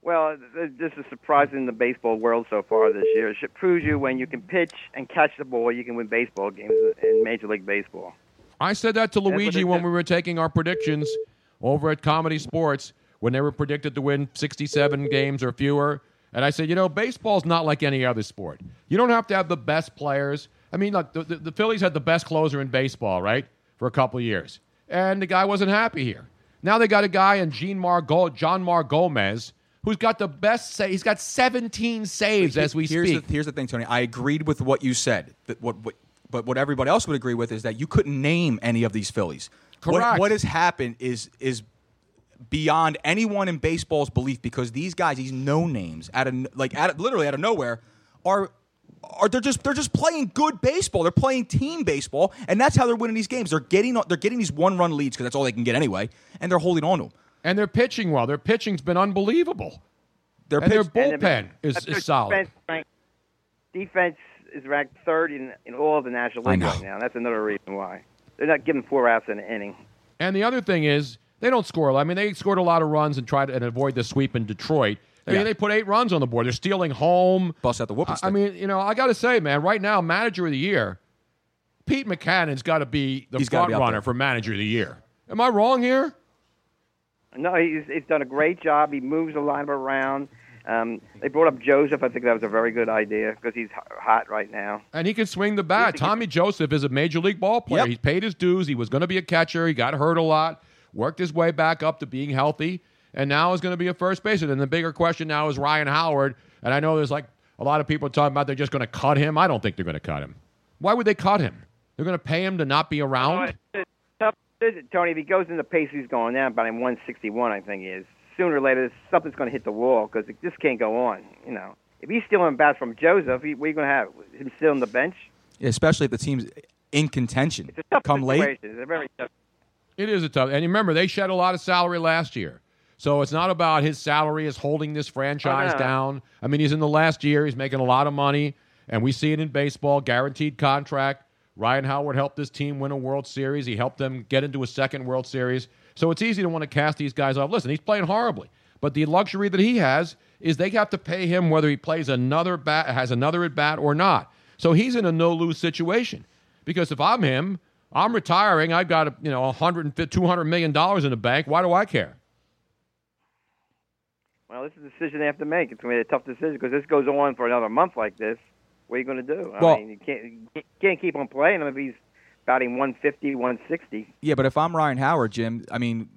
Speaker 24: Well, th- this is surprising in the baseball world so far this year. It proves you when you can pitch and catch the ball, you can win baseball games in Major League Baseball.
Speaker 12: I said that to
Speaker 24: what
Speaker 12: Luigi
Speaker 24: they
Speaker 12: when we were taking our predictions over at Comedy Sports when they were predicted to win 67 games or fewer. And I said, you know, baseball's not like any other sport. You don't have to have the best players. I mean, look, the, the, the Phillies had the best closer in baseball, right, for a couple of years. And the guy wasn't happy here. Now they got a guy in Jean Margot, John Mar Gomez, who's got the best say. He's got 17 saves as we
Speaker 20: here's
Speaker 12: speak.
Speaker 20: The, here's the thing, Tony. I agreed with what you said. That what, what, but what everybody else would agree with is that you couldn't name any of these Phillies. What-
Speaker 12: Correct.
Speaker 20: what has happened is is beyond anyone in baseball's belief because these guys, these no names, out of like out of, literally out of nowhere, are are they're just they're just playing good baseball. They're playing team baseball, and that's how they're winning these games. They're getting they're getting these one run leads because that's all they can get anyway, and they're holding on to them.
Speaker 12: And they're pitching well. Their pitching's been unbelievable.
Speaker 20: Their
Speaker 12: and their
Speaker 20: pitch- and their-
Speaker 12: bullpen is,
Speaker 24: Their
Speaker 12: is solid.
Speaker 24: Defense, rank- defense is ranked third in, in all of the National
Speaker 12: I
Speaker 24: League
Speaker 12: know.
Speaker 24: right now. That's another reason why. They're not giving four outs in an inning.
Speaker 12: And the other thing is, they don't score. a lot. I mean, they scored a lot of runs and tried to and avoid the sweep in Detroit. I mean,
Speaker 20: Yeah.
Speaker 12: they put eight runs on the board. They're stealing home.
Speaker 20: Bust out the whooping
Speaker 12: I, I mean, you know, I got to say, man, right now, manager of the year, Pete McCannon's got to be the
Speaker 20: He's gotta
Speaker 12: front
Speaker 20: be up
Speaker 12: runner
Speaker 20: there.
Speaker 12: for manager of the year. Am I wrong here?
Speaker 24: No, he's, he's done a great job. He moves the lineup around. Um, they brought up Joseph. I think that was a very good idea because he's ho- hot right now.
Speaker 12: And he can swing the bat. Tommy Joseph is a major league ball player. He's paid his dues. He was going to be a catcher. He got hurt a lot, worked his way back up to being healthy, and now is going to be a first baseman. And the bigger question now is Ryan Howard. And I know there's like a lot of people talking about they're just going to cut him. I don't think they're going to cut him. Why would they cut him? They're going to pay him to not be around.
Speaker 24: It's a tough decision, Tony, if he goes in the pace he's going now, about in 161, I think he is. Sooner or later, something's going to hit the wall because this can't go on. You know, if he's stealing bats from Joseph, he, what are you going to have him still on the bench?
Speaker 20: especially if the team's in contention. Come late.
Speaker 24: Situation. It's a very tough.
Speaker 12: It is a tough. And remember, they shed a lot of salary last year. So it's not about his salary is holding this franchise
Speaker 24: Oh, no.
Speaker 12: down. I mean, he's in the last year. He's making a lot of money. And we see it in baseball guaranteed contract. Ryan Howard helped this team win a World Series. He helped them get into a second World Series. So it's easy to want to cast these guys off. Listen, he's playing horribly. But the luxury that he has is they have to pay him whether he plays another bat, has another at bat or not. So he's in a no lose situation because if I'm him, I'm retiring. I've got you know 150, 200 million dollars in the bank. Why do I care?
Speaker 24: Well, this is a decision they have to make. It's going to be a tough decision because this goes on for another month like this. What are you going to do? I
Speaker 20: Well-
Speaker 24: mean, you can't you can't keep on playing him if he's batting 150, 160.
Speaker 20: Yeah, but if I'm Ryan Howard, Jim, I mean,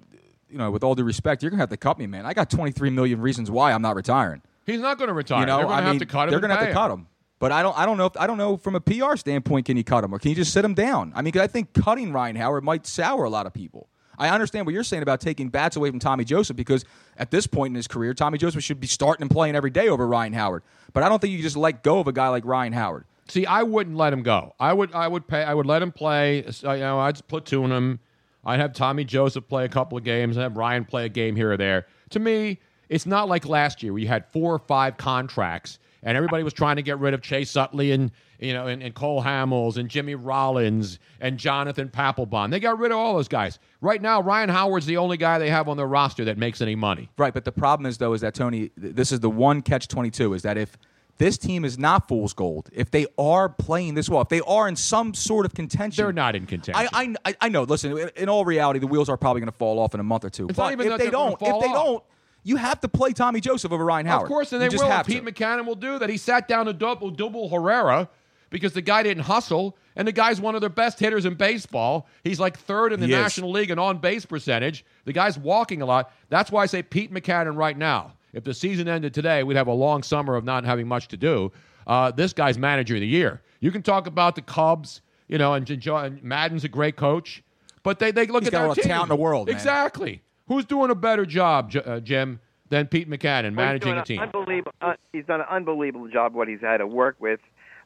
Speaker 20: you know, with all due respect, you're gonna have to cut me, man. I got 23 million reasons why I'm not retiring.
Speaker 12: He's not going to retire.
Speaker 20: You know,
Speaker 12: they're going
Speaker 20: I
Speaker 12: to have
Speaker 20: mean,
Speaker 12: to cut him.
Speaker 20: They're
Speaker 12: and
Speaker 20: gonna have
Speaker 12: pay
Speaker 20: to cut him. But I don't, I don't know if I don't know from a PR standpoint, can you cut him or can you just sit him down? I mean, 'cause I think cutting Ryan Howard might sour a lot of people. I understand what you're saying about taking bats away from Tommy Joseph because at this point in his career, Tommy Joseph should be starting and playing every day over Ryan Howard. But I don't think you just let go of a guy like Ryan Howard.
Speaker 12: See, I wouldn't let him go. Oh, I would, I would pay. I would let him play. So, you know, I'd platoon him. I'd have Tommy Joseph play a couple of games. I'd have Ryan play a game here or there. To me, it's not like last year where you had four or five contracts and everybody was trying to get rid of Chase Utley and you know and, and Cole Hamels and Jimmy Rollins and Jonathan Papelbon. They got rid of all those guys. Right now, Ryan Howard's the only guy they have on their roster that makes any money.
Speaker 20: Right, but the problem is though is that Tony, th- this is the one catch twenty two is that if this team is not fool's gold, if they are playing this well, if they are in some sort of contention, they're
Speaker 12: not in contention.
Speaker 20: I I, I know. Listen, in- in all reality, the wheels are probably going to fall off in a month or two.
Speaker 12: It's
Speaker 20: but
Speaker 12: not even
Speaker 20: if
Speaker 12: that
Speaker 20: they
Speaker 12: they're gonna
Speaker 20: don't, if
Speaker 12: fall
Speaker 20: they
Speaker 12: off.
Speaker 20: don't, you have to play Tommy Joseph over Ryan Howard.
Speaker 12: Of course, and
Speaker 20: You
Speaker 12: they
Speaker 20: just
Speaker 12: will.
Speaker 20: Have
Speaker 12: Pete
Speaker 20: to.
Speaker 12: McCannon will do that. He sat down to double double Herrera because the guy didn't hustle, and the guy's one of their best hitters in baseball. He's like third in the
Speaker 20: He is.
Speaker 12: National League in on base percentage. The guy's walking a lot. That's why I say Pete McCannon right now. If the season ended today, we'd have a long summer of not having much to do. Uh, this guy's manager of the year. You can talk about the Cubs, you know, and, and Madden's a great coach, but they, they look
Speaker 20: He's
Speaker 12: at
Speaker 20: got
Speaker 12: their
Speaker 20: all the
Speaker 12: team.
Speaker 20: talent in the world, man.
Speaker 12: Exactly. Who's doing a better job, J- uh, Jim, than Pete McCannon
Speaker 24: Well, he's
Speaker 12: managing
Speaker 24: doing
Speaker 12: a team?
Speaker 24: an Unbelievable. Uh, he's done an unbelievable job. What he's had to work with,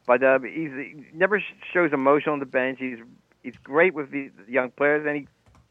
Speaker 24: but uh, he's, he never sh- shows emotion on the bench. He's he's great with the the young players, and he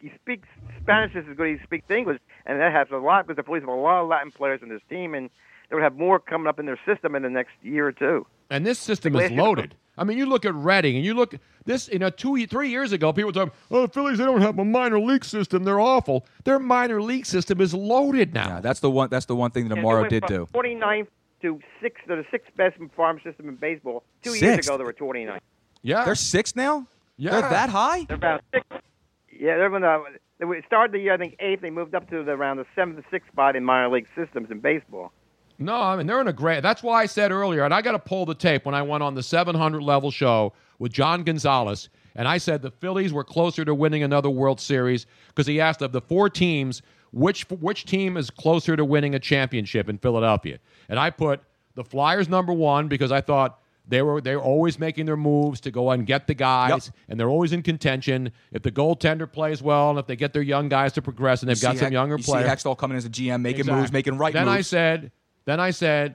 Speaker 24: he speaks Spanish just as good as he speaks English, and that has a lot because the police have a lot of Latin players in this team, and they would have more coming up in their system in the next year or two.
Speaker 12: And this system
Speaker 24: Like
Speaker 12: is
Speaker 24: last year-
Speaker 12: loaded. I mean, you look at Reading, and you look this. You know, two, three years ago, people were talking, "Oh, the Phillies, they don't have a minor league system. They're awful." Their minor league system is loaded now.
Speaker 20: that's the one. That's the one thing that
Speaker 24: And they
Speaker 20: Amaro
Speaker 24: went
Speaker 20: did
Speaker 24: from
Speaker 20: do.
Speaker 24: 49th to sixth, to the sixth best farm system in baseball. Two years
Speaker 20: Sixth?
Speaker 24: ago, they were 29th.
Speaker 12: Yeah,
Speaker 20: they're six now.
Speaker 12: Yeah,
Speaker 20: they're that high.
Speaker 24: They're about six. Yeah, they're when uh, they were- started the year I think eighth. They moved up to the, around the seventh to sixth spot in minor league systems in baseball.
Speaker 12: No, I mean they're in a great. That's why I said earlier, and I got to pull the tape when I went on the 700 level show with John Gonzalez, and I said the Phillies were closer to winning another World Series because he asked of the four teams which which team is closer to winning a championship in Philadelphia, and I put the Flyers number one because I thought they were they were always making their moves to go out and get the guys, and they're always in contention. If the goaltender plays well, and if they get their young guys to progress, and they've
Speaker 20: You
Speaker 12: got
Speaker 20: see
Speaker 12: some
Speaker 20: Hex-
Speaker 12: younger
Speaker 20: you
Speaker 12: players,
Speaker 20: See Hextall coming in as a GM, making
Speaker 12: Exactly.
Speaker 20: moves, making right
Speaker 12: then
Speaker 20: moves.
Speaker 12: I said, then I said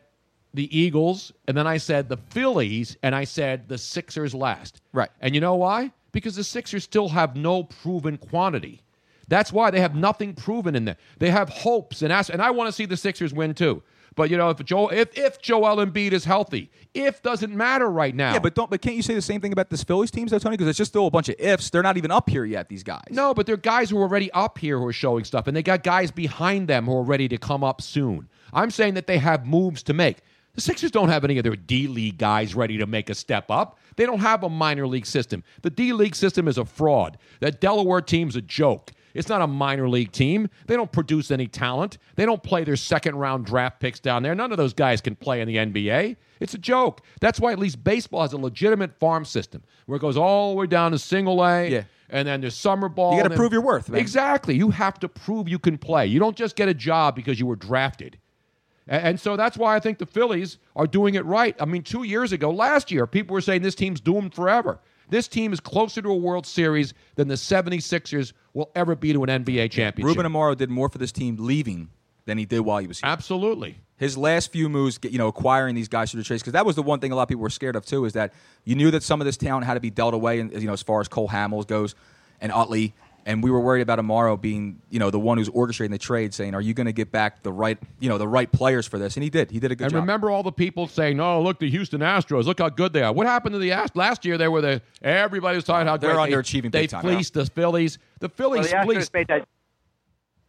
Speaker 12: the Eagles, and then I said the Phillies, and I said the Sixers last. Right. And you know why? Because the Sixers still have no proven quantity. That's why they have nothing proven in there. They have hopes and ask, and I want to see the Sixers win too. But you know, if Joel, if if Joel Embiid is healthy, if doesn't matter right now.
Speaker 20: Yeah, but don't. But can't you say the same thing about this Phillies teams though, Tony? Because it's just still a bunch of ifs. They're not even up here yet. These guys.
Speaker 12: No, but they're guys who are already up here who are showing stuff, and they got guys behind them who are ready to come up soon. I'm saying that they have moves to make. The Sixers don't have any of their D League guys ready to make a step up. They don't have a minor league system. The D League system is a fraud. That Delaware team's a joke. It's not a minor league team. They don't produce any talent. They don't play their second round draft picks down there. None of those guys can play in the NBA. It's a joke. That's why at least baseball has a legitimate farm system where it goes all the way down to single A.
Speaker 20: Yeah.
Speaker 12: And then there's summer ball.
Speaker 20: You gotta
Speaker 12: and then-
Speaker 20: prove your worth, man.
Speaker 12: Exactly. You have to prove you can play. You don't just get a job because you were drafted. A- And so that's why I think the Phillies are doing it right. I mean, two years ago, last year, people were saying this team's doomed forever. This team is closer to a World Series than the 76ers will ever be to an NBA championship.
Speaker 20: Ruben Amaro did more for this team leaving than he did while he was here.
Speaker 12: Absolutely.
Speaker 20: His last few moves, you know, acquiring these guys through the trades, because that was the one thing a lot of people were scared of too, is that you knew that some of this talent had to be dealt away, and you know, as far as Cole Hamels goes, and Utley, and we were worried about Amaro being, you know, the one who's orchestrating the trade, saying, "Are you going to get back the right, you know, the right players for this?" And he did. He did a good
Speaker 12: and
Speaker 20: job.
Speaker 12: remember all the people saying, "Oh, look, the Houston Astros. Look how good they are." What happened to the Astros last year? They were the everybody was talking how
Speaker 20: They're
Speaker 12: great
Speaker 20: underachieving
Speaker 12: They,
Speaker 20: big
Speaker 12: they
Speaker 20: time,
Speaker 12: fleeced the Phillies. The
Speaker 24: Well,
Speaker 12: Phillies
Speaker 24: the Astros
Speaker 12: fleeced
Speaker 24: made that.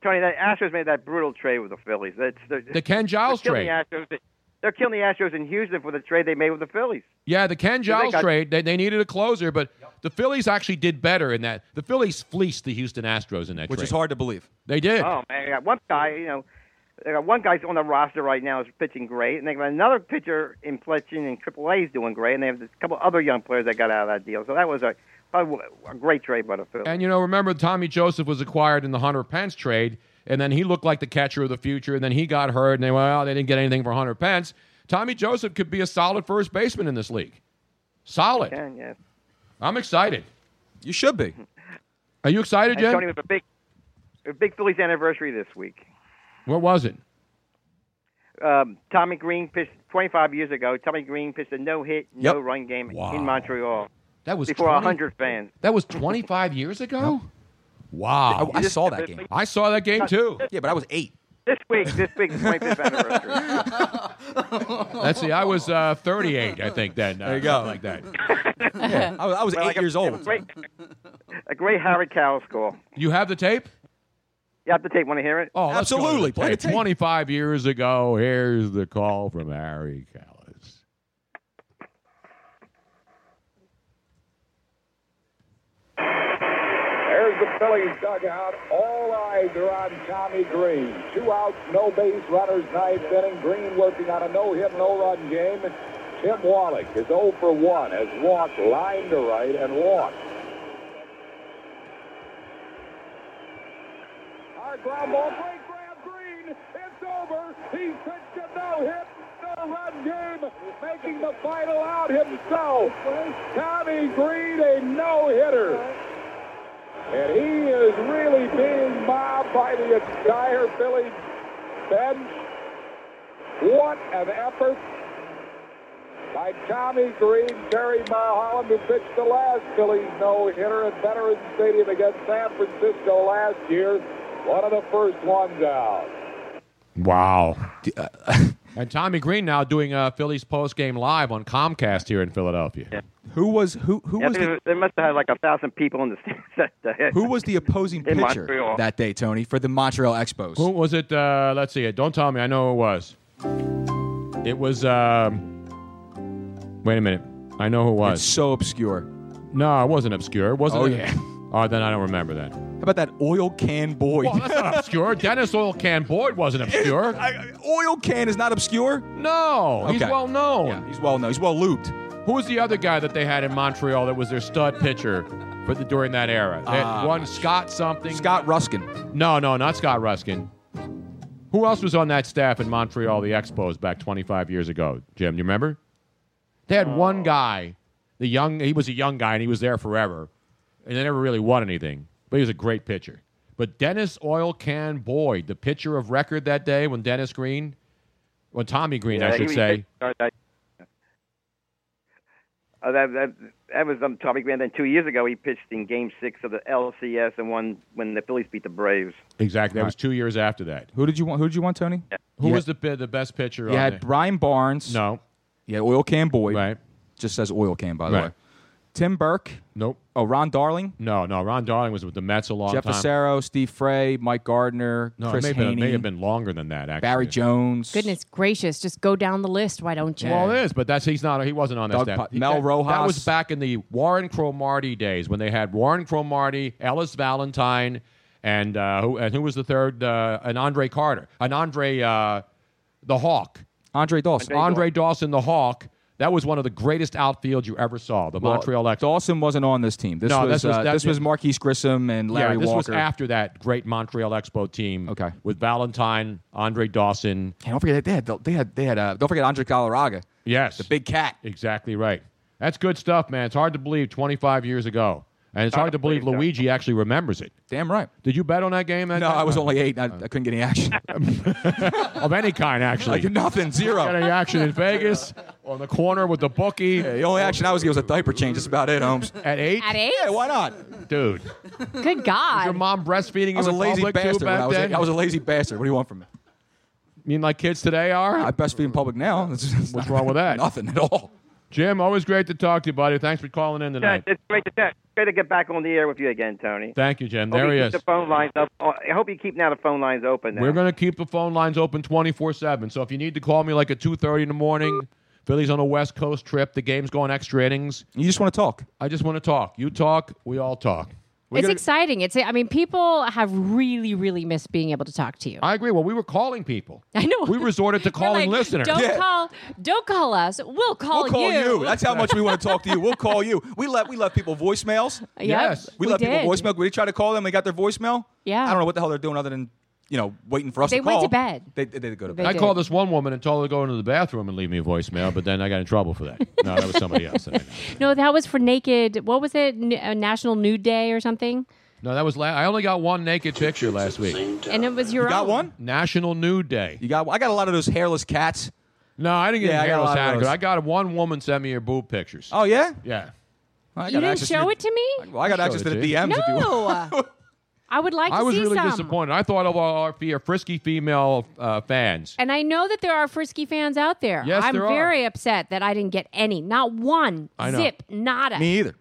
Speaker 24: Tony, the Astros made that brutal trade with the Phillies. That's the,
Speaker 12: The Ken Giles
Speaker 24: they're killing
Speaker 12: trade.
Speaker 24: The Astros, they're killing the Astros in Houston for the trade they made with the Phillies.
Speaker 12: Yeah, the Ken
Speaker 24: So they
Speaker 12: Giles
Speaker 24: got-
Speaker 12: trade, they, they needed a closer, but the Phillies actually did better in that. The Phillies fleeced the Houston Astros in that
Speaker 20: which
Speaker 12: trade.
Speaker 20: is hard to believe.
Speaker 12: They did.
Speaker 24: Oh man, they got one guy. You know, they got one guy's on the roster right now is pitching great, and they got another pitcher in pitching in AAA is doing great, and they have a couple other young players that got out of that deal. So that was a probably a great trade by the Phillies.
Speaker 12: And you know, remember Tommy Joseph was acquired in the Hunter Pence trade, and then he looked like the catcher of the future, and then he got hurt, and they well, they didn't get anything for Hunter Pence. Tommy Joseph could be a solid first baseman in this league. Solid.
Speaker 24: Ken, yes.
Speaker 12: I'm excited.
Speaker 20: You should be.
Speaker 12: Are you excited,
Speaker 24: And
Speaker 12: Jen?
Speaker 24: Tony was a big, a big Phillies anniversary this week.
Speaker 12: What was it?
Speaker 24: Um, Tommy Green pitched 25 years ago. Tommy Green pitched a no-hit,
Speaker 12: Yep.
Speaker 24: no-run game
Speaker 12: Wow.
Speaker 24: in Montreal.
Speaker 12: That was
Speaker 24: before
Speaker 12: 20
Speaker 24: 100 fans.
Speaker 12: That was 25 years ago. Wow,
Speaker 20: I, I saw that game.
Speaker 12: Ah, I saw that game too.
Speaker 20: Yeah, but I was eight.
Speaker 24: This week, this week, the 25th anniversary.
Speaker 12: Let's see, I was uh, 38, I think. Then there
Speaker 20: you go.
Speaker 12: like that.
Speaker 20: Yeah, I was, I was
Speaker 24: Well,
Speaker 20: eight
Speaker 24: like a-
Speaker 20: years old.
Speaker 24: Great, a great Howard Cowell score.
Speaker 12: You have the tape?
Speaker 24: You have to take. Want to hear it?
Speaker 12: Oh, let's go to
Speaker 20: Absolutely.
Speaker 12: the
Speaker 20: Play the
Speaker 12: tape.
Speaker 20: tape.
Speaker 12: 25 years ago, here's the call from Harry Callis.
Speaker 19: There's the Phillies dugout. All eyes are on Tommy Green. Two outs, no base runners, ninth inning. Green working on a no-hit, no-run game. Tim Wallach is 0 for 1, has walked line to right and walked. Our ground ball break grab Green. It's over. He pitched a no-hit, no-run game, making the final out himself. Tommy Green, a no-hitter. And he is really being mobbed by the entire Philly bench. What an effort by Tommy Green, Terry Mulholland, who pitched the last Phillies no-hitter at Veterans Stadium against San Francisco last year. One of the first ones out.
Speaker 12: Wow. uh, and Tommy Green now doing uh, Phillies post game live on Comcast here in Philadelphia.
Speaker 20: Who was who? Who
Speaker 24: Yeah,
Speaker 20: was
Speaker 24: they,
Speaker 20: the,
Speaker 24: they must have had like a thousand people in the stands. That day.
Speaker 20: who was the opposing
Speaker 24: In
Speaker 20: pitcher
Speaker 24: Montreal.
Speaker 20: that day, Tony, for the Montreal Expos?
Speaker 12: Who was it? Uh, let's see. Don't tell me. I know who it was. It was. Um, wait a minute. I know who it was.
Speaker 20: It's so obscure.
Speaker 12: no, it wasn't obscure. Wasn't
Speaker 20: Oh,
Speaker 12: it?
Speaker 20: yeah.
Speaker 12: Oh, then I don't remember that.
Speaker 20: How about that oil can boy?
Speaker 12: Well, that's not obscure. Dennis Oil Can Boyd wasn't obscure.
Speaker 20: oil can is not obscure.
Speaker 12: No, he's
Speaker 20: Okay.
Speaker 12: well known.
Speaker 20: Yeah, he's well known. He's well looped.
Speaker 12: Who was the other guy that they had in Montreal that was their stud pitcher for the, during that era? They had
Speaker 20: Ah,
Speaker 12: one Scott something.
Speaker 20: Scott Ruskin.
Speaker 12: No, no, not Scott Ruskin. Who else was on that staff in Montreal, the Expos, back 25 years ago? Jim, do you remember? They had
Speaker 24: Oh.
Speaker 12: one guy, the young. He was a young guy, and he was there forever, and they never really won anything. But he was a great pitcher. But Dennis Oil Can Boyd, the pitcher of record that day, when Dennis Green, when Tommy Green,
Speaker 24: Yeah,
Speaker 12: I
Speaker 24: he
Speaker 12: should
Speaker 24: was-
Speaker 12: say,
Speaker 24: uh, that, uh, that, that, that was on Tommy Green. Then two years ago, he pitched in Game Six of the LCS and won when the Phillies beat the Braves.
Speaker 12: exactly. That was two years after that.
Speaker 20: Who did you want? Who did you want, Tony?
Speaker 12: Who
Speaker 20: Yeah.
Speaker 12: was the bi- the best pitcher?
Speaker 20: You
Speaker 12: on
Speaker 20: had
Speaker 12: there?
Speaker 20: Brian Barnes.
Speaker 12: no,
Speaker 20: You had oil can boy.
Speaker 12: Right.
Speaker 20: Just says oil can, by the
Speaker 12: Right.
Speaker 20: way. Tim Burke.
Speaker 12: nope,
Speaker 20: Oh, Ron Darling.
Speaker 12: no, no. Ron Darling was with the Mets a long
Speaker 20: Jeff
Speaker 12: time.
Speaker 20: Acero, Steve Frey, Mike Gardner,
Speaker 12: no,
Speaker 20: Chris
Speaker 12: it may, have been,
Speaker 20: Haney,
Speaker 12: may have been longer than that. Actually,
Speaker 20: Barry Jones.
Speaker 21: Goodness gracious, just go down the list. Why don't you?
Speaker 12: Well, it is, but that's he's not. He wasn't on that
Speaker 20: Doug
Speaker 12: staff.
Speaker 20: Pot- Mel
Speaker 12: That- That
Speaker 20: Rojas.
Speaker 12: was back in the Warren Cromartie days when they had Warren Cromartie, Ellis Valentine, and uh, who and who was the third? Uh, an Andre Carter, an Andre uh, the Hawk,
Speaker 20: Andre Dawson,
Speaker 12: Andre Dawson the Hawk. That was one of the greatest outfields you ever saw. The
Speaker 20: Well,
Speaker 12: Montreal Expos.
Speaker 20: Dawson wasn't on this team. This
Speaker 12: No,
Speaker 20: was,
Speaker 12: this was-
Speaker 20: uh,
Speaker 12: that-
Speaker 20: this was Marquise Grissom and Larry
Speaker 12: yeah, this
Speaker 20: Walker.
Speaker 12: was after that great Montreal Expo team. Okay. with Valentine, Andre Dawson.
Speaker 20: And don't forget they had they had they had uh, don't forget Andre Galarraga.
Speaker 12: Yes, the
Speaker 20: big cat.
Speaker 12: Exactly right. That's good stuff, man. It's hard to believe 25 years ago, and it's
Speaker 20: Hard
Speaker 12: hard
Speaker 20: to
Speaker 12: to believe Luigi actually remembers it.
Speaker 20: Damn right.
Speaker 12: Did you bet on that game? That
Speaker 20: No,
Speaker 12: time?
Speaker 20: I was only eight. And I, I couldn't get any action.
Speaker 12: of any kind, actually.
Speaker 20: Like nothing, zero.
Speaker 12: Got any action in Vegas on the corner with the bookie?
Speaker 20: the only action I was getting was a diaper change. That's about it, Holmes.
Speaker 12: At eight?
Speaker 21: At eight?
Speaker 20: Yeah, why not?
Speaker 12: Dude.
Speaker 21: Good God.
Speaker 12: your mom breastfeeding you
Speaker 20: I was a
Speaker 12: in
Speaker 20: lazy
Speaker 12: public,
Speaker 20: bastard.
Speaker 12: Too,
Speaker 20: when
Speaker 12: back
Speaker 20: I, was
Speaker 12: then?
Speaker 20: a, I was a lazy bastard. What do you want from me?
Speaker 12: You mean like kids today are?
Speaker 20: I breastfeed in public now. What's
Speaker 12: wrong with that?
Speaker 20: Nothing at all.
Speaker 12: Jim, always great to talk to you, buddy. Thanks for calling in
Speaker 24: Yeah,
Speaker 12: tonight.
Speaker 24: it's great to, it's great to get back on the air with you again, Tony.
Speaker 12: Thank you, Jim.
Speaker 24: Hope
Speaker 12: There
Speaker 24: you
Speaker 12: he
Speaker 24: keep
Speaker 12: is.
Speaker 24: The phone lines up. Oh, I hope you keep now the phone lines open. Now.
Speaker 12: We're going to keep the phone lines open 24-7. So if you need to call me like at 2.30 in the morning, Philly's on a West Coast trip. The game's going extra innings.
Speaker 20: You just want to talk.
Speaker 12: I just want to talk. You talk. We all talk. We're
Speaker 21: it's
Speaker 12: gonna-
Speaker 21: exciting. It's I mean, people have really, really missed being able to talk to you.
Speaker 12: I agree. Well, we were calling people.
Speaker 21: I know.
Speaker 12: We resorted to calling
Speaker 21: Like,
Speaker 12: listeners.
Speaker 21: Don't call. Don't call us. We'll call,
Speaker 20: we'll call you. That's how much we want to talk to you. We'll call you. We let we left people voicemails.
Speaker 21: Yep, Yes.
Speaker 20: we,
Speaker 21: we
Speaker 20: let
Speaker 21: did.
Speaker 20: people voicemail. We tried to call them. They got their voicemail.
Speaker 21: Yeah.
Speaker 20: I don't know what the hell they're doing other than you know waiting for us.
Speaker 21: They
Speaker 20: to
Speaker 21: went
Speaker 20: call.
Speaker 21: to bed.
Speaker 20: They, they, they go to bed.
Speaker 12: I called this one woman and told her to go into the bathroom and leave me a voicemail, but then I got in trouble for that. No, that was somebody else. that I know.
Speaker 21: No, that was for naked. What was it? N- uh, National Nude Day or something?
Speaker 12: No, that was la- I only got one naked picture last week.
Speaker 21: And it was your
Speaker 20: You got
Speaker 21: own.
Speaker 20: one?
Speaker 12: National Nude Day.
Speaker 20: You got? I got a lot of those hairless cats.
Speaker 12: No, I didn't get
Speaker 20: Yeah,
Speaker 12: yeah,
Speaker 20: I got a
Speaker 12: hairless
Speaker 20: lot of
Speaker 12: hat.
Speaker 20: those.
Speaker 12: I got one woman sent me her boob pictures.
Speaker 20: Oh yeah.
Speaker 12: Yeah.
Speaker 20: I got
Speaker 21: You didn't
Speaker 20: access to
Speaker 21: show
Speaker 20: your-
Speaker 21: it to me.
Speaker 20: Well, I got
Speaker 12: I'll show
Speaker 20: access
Speaker 12: it
Speaker 20: to the
Speaker 12: to you.
Speaker 20: DMs if you want.
Speaker 21: No. uh, I would like
Speaker 12: I
Speaker 21: to
Speaker 12: was
Speaker 21: see
Speaker 12: really
Speaker 21: some.
Speaker 12: disappointed. I thought of our, our frisky female uh, fans.
Speaker 21: And I know that there are frisky fans out there.
Speaker 12: Yes,
Speaker 21: I'm
Speaker 12: there are.
Speaker 21: very upset that I didn't get any. Not one.
Speaker 12: I know.
Speaker 21: Zip. Nada.
Speaker 20: Me either.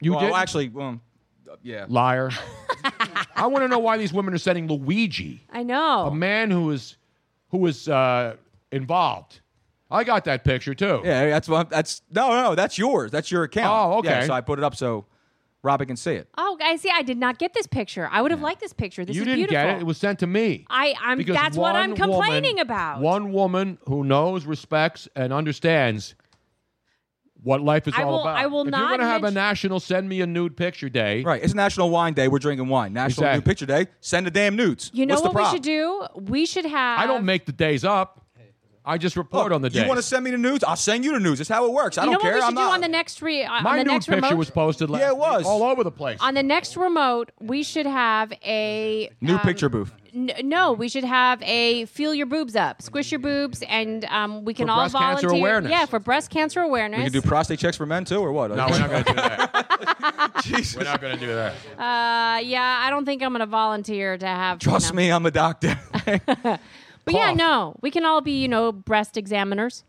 Speaker 12: You
Speaker 20: well,
Speaker 12: didn't?
Speaker 20: actually, well, yeah.
Speaker 12: Liar. I want to know why these women are sending Luigi.
Speaker 21: I know.
Speaker 12: a man who was who was uh, involved. I got that picture too.
Speaker 20: Yeah, that's what. That's no, no. That's yours. That's your account.
Speaker 12: Oh, okay.
Speaker 20: Yeah, so I put it up so Robin can see it.
Speaker 21: Oh, I see. I did not get this picture. I would have liked this picture. This
Speaker 12: you
Speaker 21: is
Speaker 12: didn't
Speaker 21: beautiful.
Speaker 12: get it. It was sent to me.
Speaker 21: I, I'm.
Speaker 12: Because
Speaker 21: That's what
Speaker 12: one
Speaker 21: I'm complaining
Speaker 12: woman-
Speaker 21: about.
Speaker 12: One woman who knows, respects, and understands what life is
Speaker 21: I
Speaker 12: all
Speaker 21: will-
Speaker 12: about.
Speaker 21: I will
Speaker 12: if
Speaker 21: not
Speaker 12: You're gonna have a
Speaker 21: mention-
Speaker 12: national send me a nude picture day.
Speaker 20: Right. It's National Wine Day. We're drinking wine. National
Speaker 12: Exactly.
Speaker 20: Nude Picture Day. Send the damn nudes.
Speaker 21: you know
Speaker 20: What's the
Speaker 21: what we
Speaker 20: problem?
Speaker 21: should do? We should have.
Speaker 12: I don't make the days up. I just report on the day.
Speaker 20: You want to send me the news? I'll send you the news. That's how it works. I
Speaker 21: you
Speaker 20: don't
Speaker 21: know
Speaker 20: care.
Speaker 21: what we should
Speaker 20: I'm
Speaker 21: do
Speaker 20: not.
Speaker 21: on the next re- uh,
Speaker 12: My
Speaker 21: on the
Speaker 12: nude
Speaker 21: next
Speaker 12: picture
Speaker 21: remote.
Speaker 12: was posted last
Speaker 20: Yeah, it was.
Speaker 12: week all over the place.
Speaker 21: on the next remote, we should have a
Speaker 20: New
Speaker 21: um,
Speaker 20: picture booth.
Speaker 21: N- no, we should have a feel your boobs up, squish your boobs, and um, we can
Speaker 20: For
Speaker 21: all
Speaker 20: breast cancer
Speaker 21: volunteer.
Speaker 20: awareness.
Speaker 21: Yeah, for breast cancer
Speaker 20: We
Speaker 21: awareness.
Speaker 20: can do prostate checks for men too, or what?
Speaker 12: No, we're not going to do that. We're not going to do that.
Speaker 21: uh, yeah, I don't think I'm going to volunteer to have.
Speaker 20: Trust me, I'm a doctor.
Speaker 21: But yeah, no, we can all be you know breast examiners.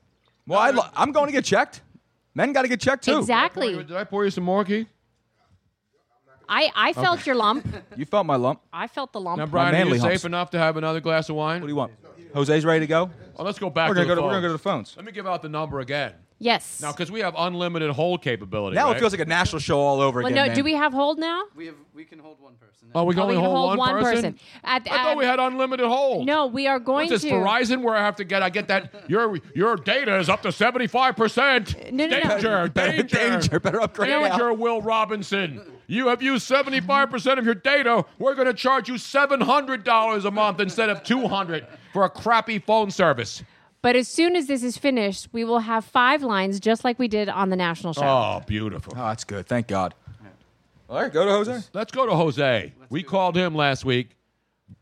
Speaker 20: Well, I lo- I'm going to get checked. Men got to get checked too.
Speaker 21: Exactly.
Speaker 12: Did I pour you some more, Keith?
Speaker 21: I I felt your lump.
Speaker 20: You felt my lump.
Speaker 21: I felt the lump.
Speaker 12: Now, Brian, are
Speaker 20: manly
Speaker 12: you
Speaker 20: humps.
Speaker 12: safe enough to have another glass of wine? What do
Speaker 20: you want? Jose's ready to go.
Speaker 12: Well, let's go back
Speaker 20: We're
Speaker 12: to
Speaker 20: gonna go
Speaker 12: the
Speaker 20: to-
Speaker 12: phones.
Speaker 20: we're gonna go to the phones.
Speaker 12: Let me give out the number again.
Speaker 21: yes.
Speaker 12: Now, because we have unlimited hold capability.
Speaker 20: Now
Speaker 12: right?
Speaker 20: it feels like a national show all over
Speaker 21: well,
Speaker 20: again.
Speaker 21: no,
Speaker 20: man.
Speaker 21: do we have hold now?
Speaker 10: We have. We can hold one person.
Speaker 12: Oh, we can
Speaker 21: Oh,
Speaker 12: only
Speaker 21: we can
Speaker 12: hold,
Speaker 21: hold one
Speaker 12: person?
Speaker 21: person. At-
Speaker 12: I
Speaker 21: at-
Speaker 12: thought we had unlimited hold.
Speaker 21: No, we are going
Speaker 12: What's this
Speaker 21: to
Speaker 12: Verizon where I have to get? I get that your your data is up to seventy five percent.
Speaker 21: No, no, no.
Speaker 12: Danger,
Speaker 20: Better-
Speaker 12: danger,
Speaker 20: danger. Better upgrade
Speaker 12: Danger,
Speaker 20: now.
Speaker 12: Will Robinson. You have used seventy five percent of your data. We're going to charge you seven hundred dollars a month instead of two hundred for a crappy phone service.
Speaker 21: But as soon as this is finished, we will have five lines just like we did on the national show.
Speaker 12: Oh, beautiful.
Speaker 20: Oh, that's good. Thank God. All right, go to Jose.
Speaker 12: Let's go to Jose. we called him last week.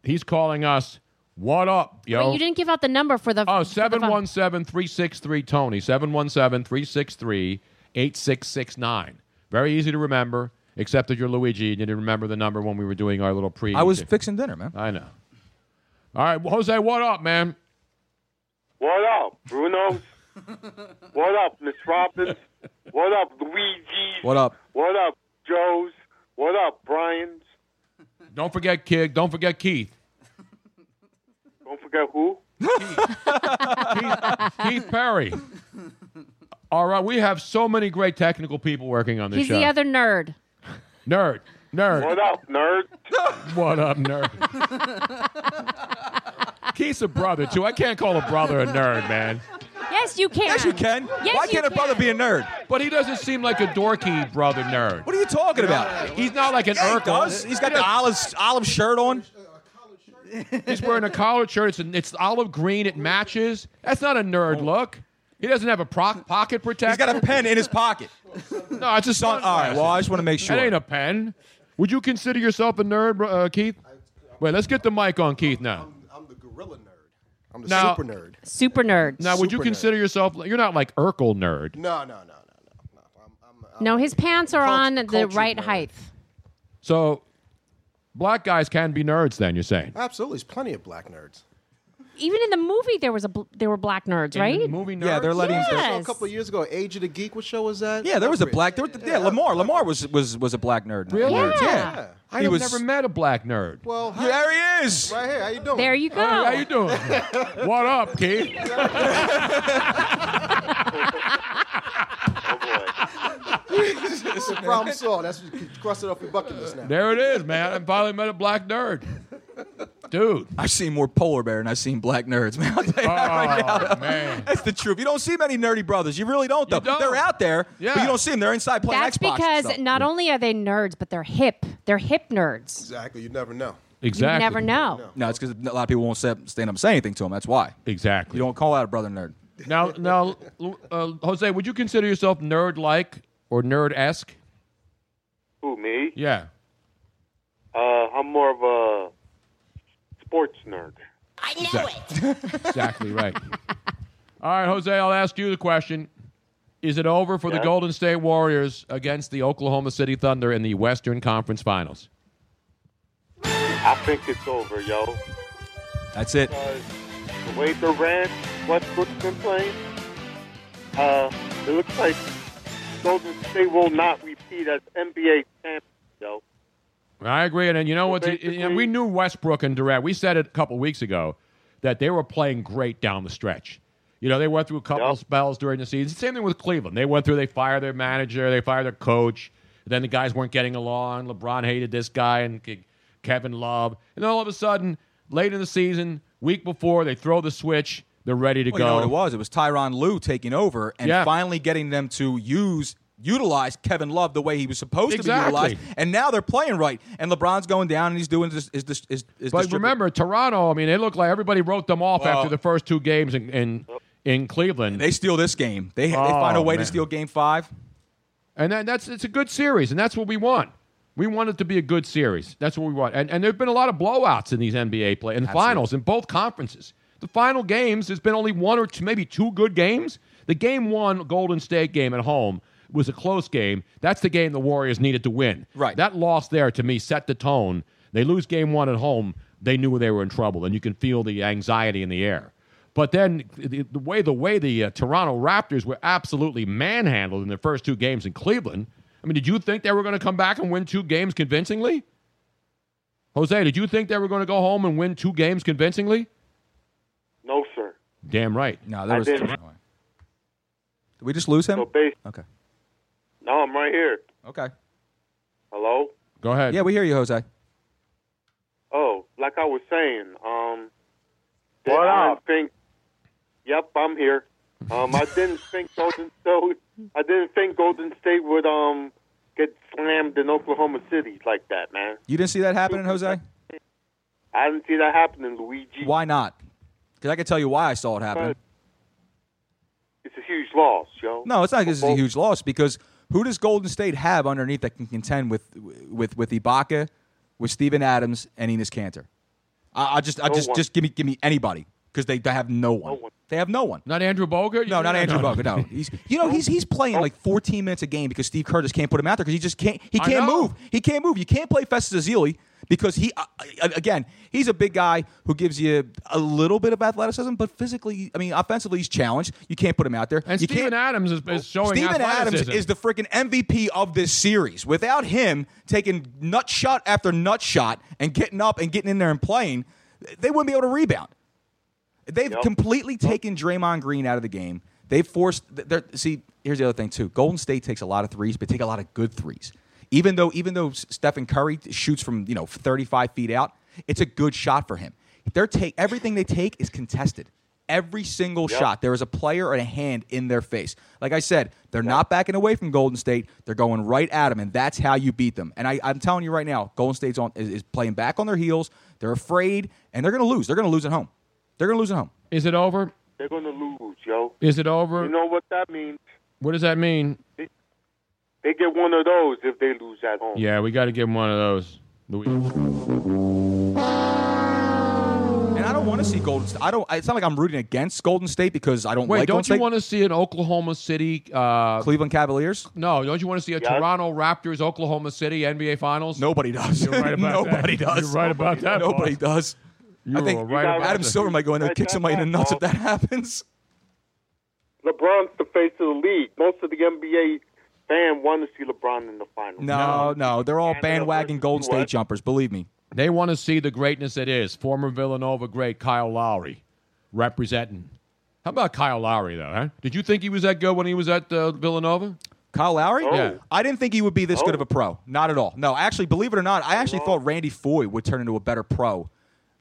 Speaker 12: He's calling us. What up, yo?
Speaker 21: Wait, you didn't give out the number for the
Speaker 12: Oh,
Speaker 21: for the phone.
Speaker 12: 717 363 Tony. 717 363 8669. Very easy to remember, except that you're Luigi and you didn't remember the number when we were doing our little pre.
Speaker 20: I was fixing dinner, man.
Speaker 12: I know. All right, well, Jose, what up, man?
Speaker 25: What up, Bruno? what up, Miss Robbins? What up, Luigi?
Speaker 20: What up?
Speaker 25: What up, Joe's? What up, Brian's?
Speaker 12: Don't forget Kid. Don't forget Keith.
Speaker 25: Don't forget who?
Speaker 12: Keith Perry. All right, we have so many great technical people working on this
Speaker 21: He's
Speaker 12: show.
Speaker 21: the other nerd.
Speaker 12: Nerd. Nerd.
Speaker 25: What up, nerd?
Speaker 12: What up, nerd? Keith's a brother too. I can't call a brother a nerd, man.
Speaker 21: Yes, you can.
Speaker 20: Yes, you can.
Speaker 21: Yes,
Speaker 20: Why
Speaker 21: you
Speaker 20: can't a
Speaker 21: can.
Speaker 20: brother be a nerd?
Speaker 12: But he doesn't seem like a dorky brother nerd.
Speaker 20: What are you talking about?
Speaker 12: He's not like an
Speaker 20: Yeah, he
Speaker 12: Urkel.
Speaker 20: does. He's got the olive olive shirt on.
Speaker 12: He's wearing a collared shirt. It's, an, it's olive green. It matches. That's not a nerd look. He doesn't have a pro- pocket protector.
Speaker 20: Oh. He's got a pen in his pocket.
Speaker 12: No, it's a
Speaker 20: Son-
Speaker 12: sunglasses.
Speaker 20: all right, well, I just wanna make sure.
Speaker 12: That ain't a pen. Would you consider yourself a nerd, bro- uh, Keith? Wait, let's get the mic on Keith now.
Speaker 3: I'm the
Speaker 12: Now-
Speaker 3: super nerd.
Speaker 21: Super nerd.
Speaker 12: Now, would you
Speaker 3: Super nerd.
Speaker 12: consider yourself? You're not like Urkel nerd.
Speaker 3: No, no, no.
Speaker 21: No, his pants are on the
Speaker 3: cultured
Speaker 21: right
Speaker 3: nerd.
Speaker 21: height.
Speaker 12: So, black guys can be nerds. Then you're saying?
Speaker 3: Absolutely, there's plenty of black nerds.
Speaker 21: Even in the movie, there was a bl- there were black nerds, right?
Speaker 20: Yeah, they're letting.
Speaker 3: I saw a
Speaker 21: Yes.
Speaker 3: couple of years ago, Age of the Geek. What show was that?
Speaker 20: Yeah, there was a black. There was, yeah, Lamar. Lamar was was was a black nerd.
Speaker 12: Really?
Speaker 20: Yeah.
Speaker 3: Yeah.
Speaker 12: I
Speaker 20: He
Speaker 12: have
Speaker 20: was-
Speaker 12: never met a black nerd.
Speaker 3: Well, hi-
Speaker 20: There he is.
Speaker 3: right here. How you doing?
Speaker 21: There you go.
Speaker 12: Hey, how you doing? what up, Keith?
Speaker 3: Oh, It's a problem solved. That's what you cross it off your bucket list now.
Speaker 12: There it is, man. I finally met a black nerd. Dude.
Speaker 20: I've seen more polar bear than I've seen black nerds, man. I'll tell you that right now.
Speaker 12: Oh, man.
Speaker 20: That's the truth. You don't see many nerdy brothers. You really don't, though.
Speaker 12: don't.
Speaker 20: They're out there,
Speaker 12: Yeah.
Speaker 20: but you don't see them. They're inside playing
Speaker 21: That's
Speaker 20: Xbox. and
Speaker 21: because
Speaker 20: stuff.
Speaker 21: not only are they nerds, but they're hip. They're hip nerds.
Speaker 3: Exactly. You never know.
Speaker 12: Exactly.
Speaker 21: You never know.
Speaker 20: no, it's because a lot of people won't step- stand up and say anything to them. That's why.
Speaker 12: Exactly.
Speaker 20: You don't call out a brother nerd.
Speaker 12: Now, now, uh, Jose, would you consider yourself nerd-like or nerd-esque?
Speaker 25: Who me?
Speaker 12: Yeah.
Speaker 25: Uh, I'm more of a sports nerd.
Speaker 12: Exactly right. All right, Jose, I'll ask you the question. Is it over for the
Speaker 25: Yeah.
Speaker 12: Golden State Warriors against the Oklahoma City Thunder in the Western Conference Finals?
Speaker 25: I think it's over, yo.
Speaker 20: That's it.
Speaker 25: Because the way Durant, Westbrook's been playing, uh, it looks like Golden State will not repeat as NBA champions, yo.
Speaker 12: I agree, and, and you know what?
Speaker 25: basically-
Speaker 12: and we knew Westbrook and Durant. We said it a couple weeks ago that they were playing great down the stretch. You know, they went through a couple
Speaker 25: Yep.
Speaker 12: spells during the season. Same thing with Cleveland. They went through. They fired their manager. They fired their coach. Then the guys weren't getting along. LeBron hated this guy and Ke- Kevin Love. And all of a sudden, late in the season, week before, they throw the switch. They're ready to
Speaker 20: Well,
Speaker 12: go.
Speaker 20: you know what it was? It was Tyron Lue taking over and
Speaker 12: Yeah.
Speaker 20: finally getting them to use utilize Kevin Love the way he was supposed to be
Speaker 12: Exactly.
Speaker 20: utilized. And now they're playing right. And LeBron's going down and he's doing this is this is, is
Speaker 12: But
Speaker 20: distribu-
Speaker 12: remember, Toronto. I mean, it looked like everybody wrote them off
Speaker 20: Well-
Speaker 12: after the first two games in in, in Cleveland.
Speaker 20: they steal this game. They they
Speaker 12: Oh,
Speaker 20: find a way
Speaker 12: man.
Speaker 20: to steal game 5.
Speaker 12: And that, that's it's a good series, and that's what we want. We want it to be a good series. That's what we want. And, and there have been a lot of blowouts in these NBA play in the finals in both conferences. The final games has been only one or two, maybe two good games. The game one Golden State game at home was a close game. That's the game the Warriors needed to win.
Speaker 20: Right.
Speaker 12: That loss there to me set the tone. They lose game one at home. They knew they were in trouble, and you can feel the anxiety in the air. But then the, the way the way the uh, Toronto Raptors were absolutely manhandled in their first two games in Cleveland. I mean, did you think they were going to come back and win two games convincingly? Jose, did you think they were going to go home and win two games convincingly?
Speaker 25: No, sir.
Speaker 12: Damn right.
Speaker 20: No, Oh, there
Speaker 25: I
Speaker 20: was
Speaker 25: didn't.
Speaker 20: Did we just lose him?
Speaker 25: So base.
Speaker 20: Okay.
Speaker 25: No, I'm right here.
Speaker 20: Okay.
Speaker 25: Hello.
Speaker 12: Go ahead.
Speaker 20: Yeah, we hear you, Jose.
Speaker 25: Oh, like I was saying, um,
Speaker 26: What
Speaker 25: I
Speaker 26: up?
Speaker 25: think. Yep, I'm here. Um, I didn't think Golden State. I didn't think Golden State would um get slammed in Oklahoma City like that, man.
Speaker 20: You didn't see that happening, Jose?
Speaker 25: I didn't see that happening, Luigi.
Speaker 20: Why not? Because I can tell you why I saw it happen.
Speaker 25: It's a huge loss, yo.
Speaker 20: No, it's not because it's a
Speaker 25: Well,
Speaker 20: huge loss. Because who does Golden State have underneath that can contend with with with Ibaka, with Steven Adams, and Enos Cantor? I, I just, I
Speaker 25: No
Speaker 20: just,
Speaker 25: one.
Speaker 20: just give me, give me anybody because they, they have no one.
Speaker 25: one.
Speaker 20: They have no one.
Speaker 12: Not Andrew Bogut?
Speaker 20: No, not Andrew Bogut. No, he's you know he's he's playing like 14 minutes a game because Steve Curtis can't put him out there because he just can't he
Speaker 12: I
Speaker 20: can't
Speaker 12: know.
Speaker 20: move he can't move you can't play Festus Azili because he uh, uh, again he's a big guy who gives you a little bit of athleticism but physically I mean offensively he's challenged you can't put him out there
Speaker 12: And
Speaker 20: you
Speaker 12: Steven
Speaker 20: can't,
Speaker 12: Adams is, is showing
Speaker 20: Steven Adams
Speaker 12: athleticism.
Speaker 20: is the freaking MVP of this series. Without him taking nut shot after nut shot and getting up and getting in there and playing, they wouldn't be able to rebound. They've
Speaker 25: Yep.
Speaker 20: completely taken Draymond Green out of the game. They've forced. They're, see, here's the other thing too. Golden State takes a lot of threes, but take a lot of good threes. Even though even though S- Stephen Curry shoots from you know 35 feet out, it's a good shot for him. Their take everything they take is contested. Every single
Speaker 6: Yep.
Speaker 20: shot, there is a player and a hand in their face. Like I said, they're not backing away from Golden State. They're going right at them, and that's how you beat them. And I, I'm telling you right now, Golden State's on is, is playing back on their heels. They're afraid, and they're going to lose. They're going to lose at home. They're going to lose at home.
Speaker 12: Is it over?
Speaker 25: They're going to lose, yo.
Speaker 12: Is it over?
Speaker 25: You know what that means?
Speaker 12: What does that mean?
Speaker 25: They get one of those if they lose at home.
Speaker 12: Yeah, we got to give him one of those. Louis.
Speaker 20: And I don't want to see Golden State. I don't. It's not like I'm rooting against Golden State because I don't
Speaker 12: Wait,
Speaker 20: like
Speaker 12: don't
Speaker 20: Golden
Speaker 12: you
Speaker 20: State.
Speaker 12: want to see an Oklahoma City, uh,
Speaker 20: Cleveland Cavaliers?
Speaker 12: No, don't you want to see a Toronto Raptors, Oklahoma City NBA Finals?
Speaker 20: Nobody does.
Speaker 12: You're right about
Speaker 20: Nobody
Speaker 12: that.
Speaker 20: does.
Speaker 12: You're right about that.
Speaker 20: Nobody
Speaker 12: boss.
Speaker 20: does.
Speaker 12: You
Speaker 20: I think
Speaker 12: were right about
Speaker 20: Adam
Speaker 12: that.
Speaker 20: Silver might go in there and kick somebody in the nuts if that happens.
Speaker 25: LeBron's the face of the league. Most of the NBA fan want to see LeBron in the finals.
Speaker 20: No, no, they're all bandwagon Golden State
Speaker 12: what?
Speaker 20: jumpers. Believe me.
Speaker 12: They want to see the greatness it is. Former Villanova great Kyle Lowry representing. How about Kyle Lowry, though? Huh? Did you think he was that good when he was at uh, Villanova?
Speaker 20: Kyle Lowry?
Speaker 25: Oh.
Speaker 12: Yeah.
Speaker 20: I didn't think he would be this good of a pro. Not at all. No, actually, believe it or not, I actually thought Randy Foy would turn into a better pro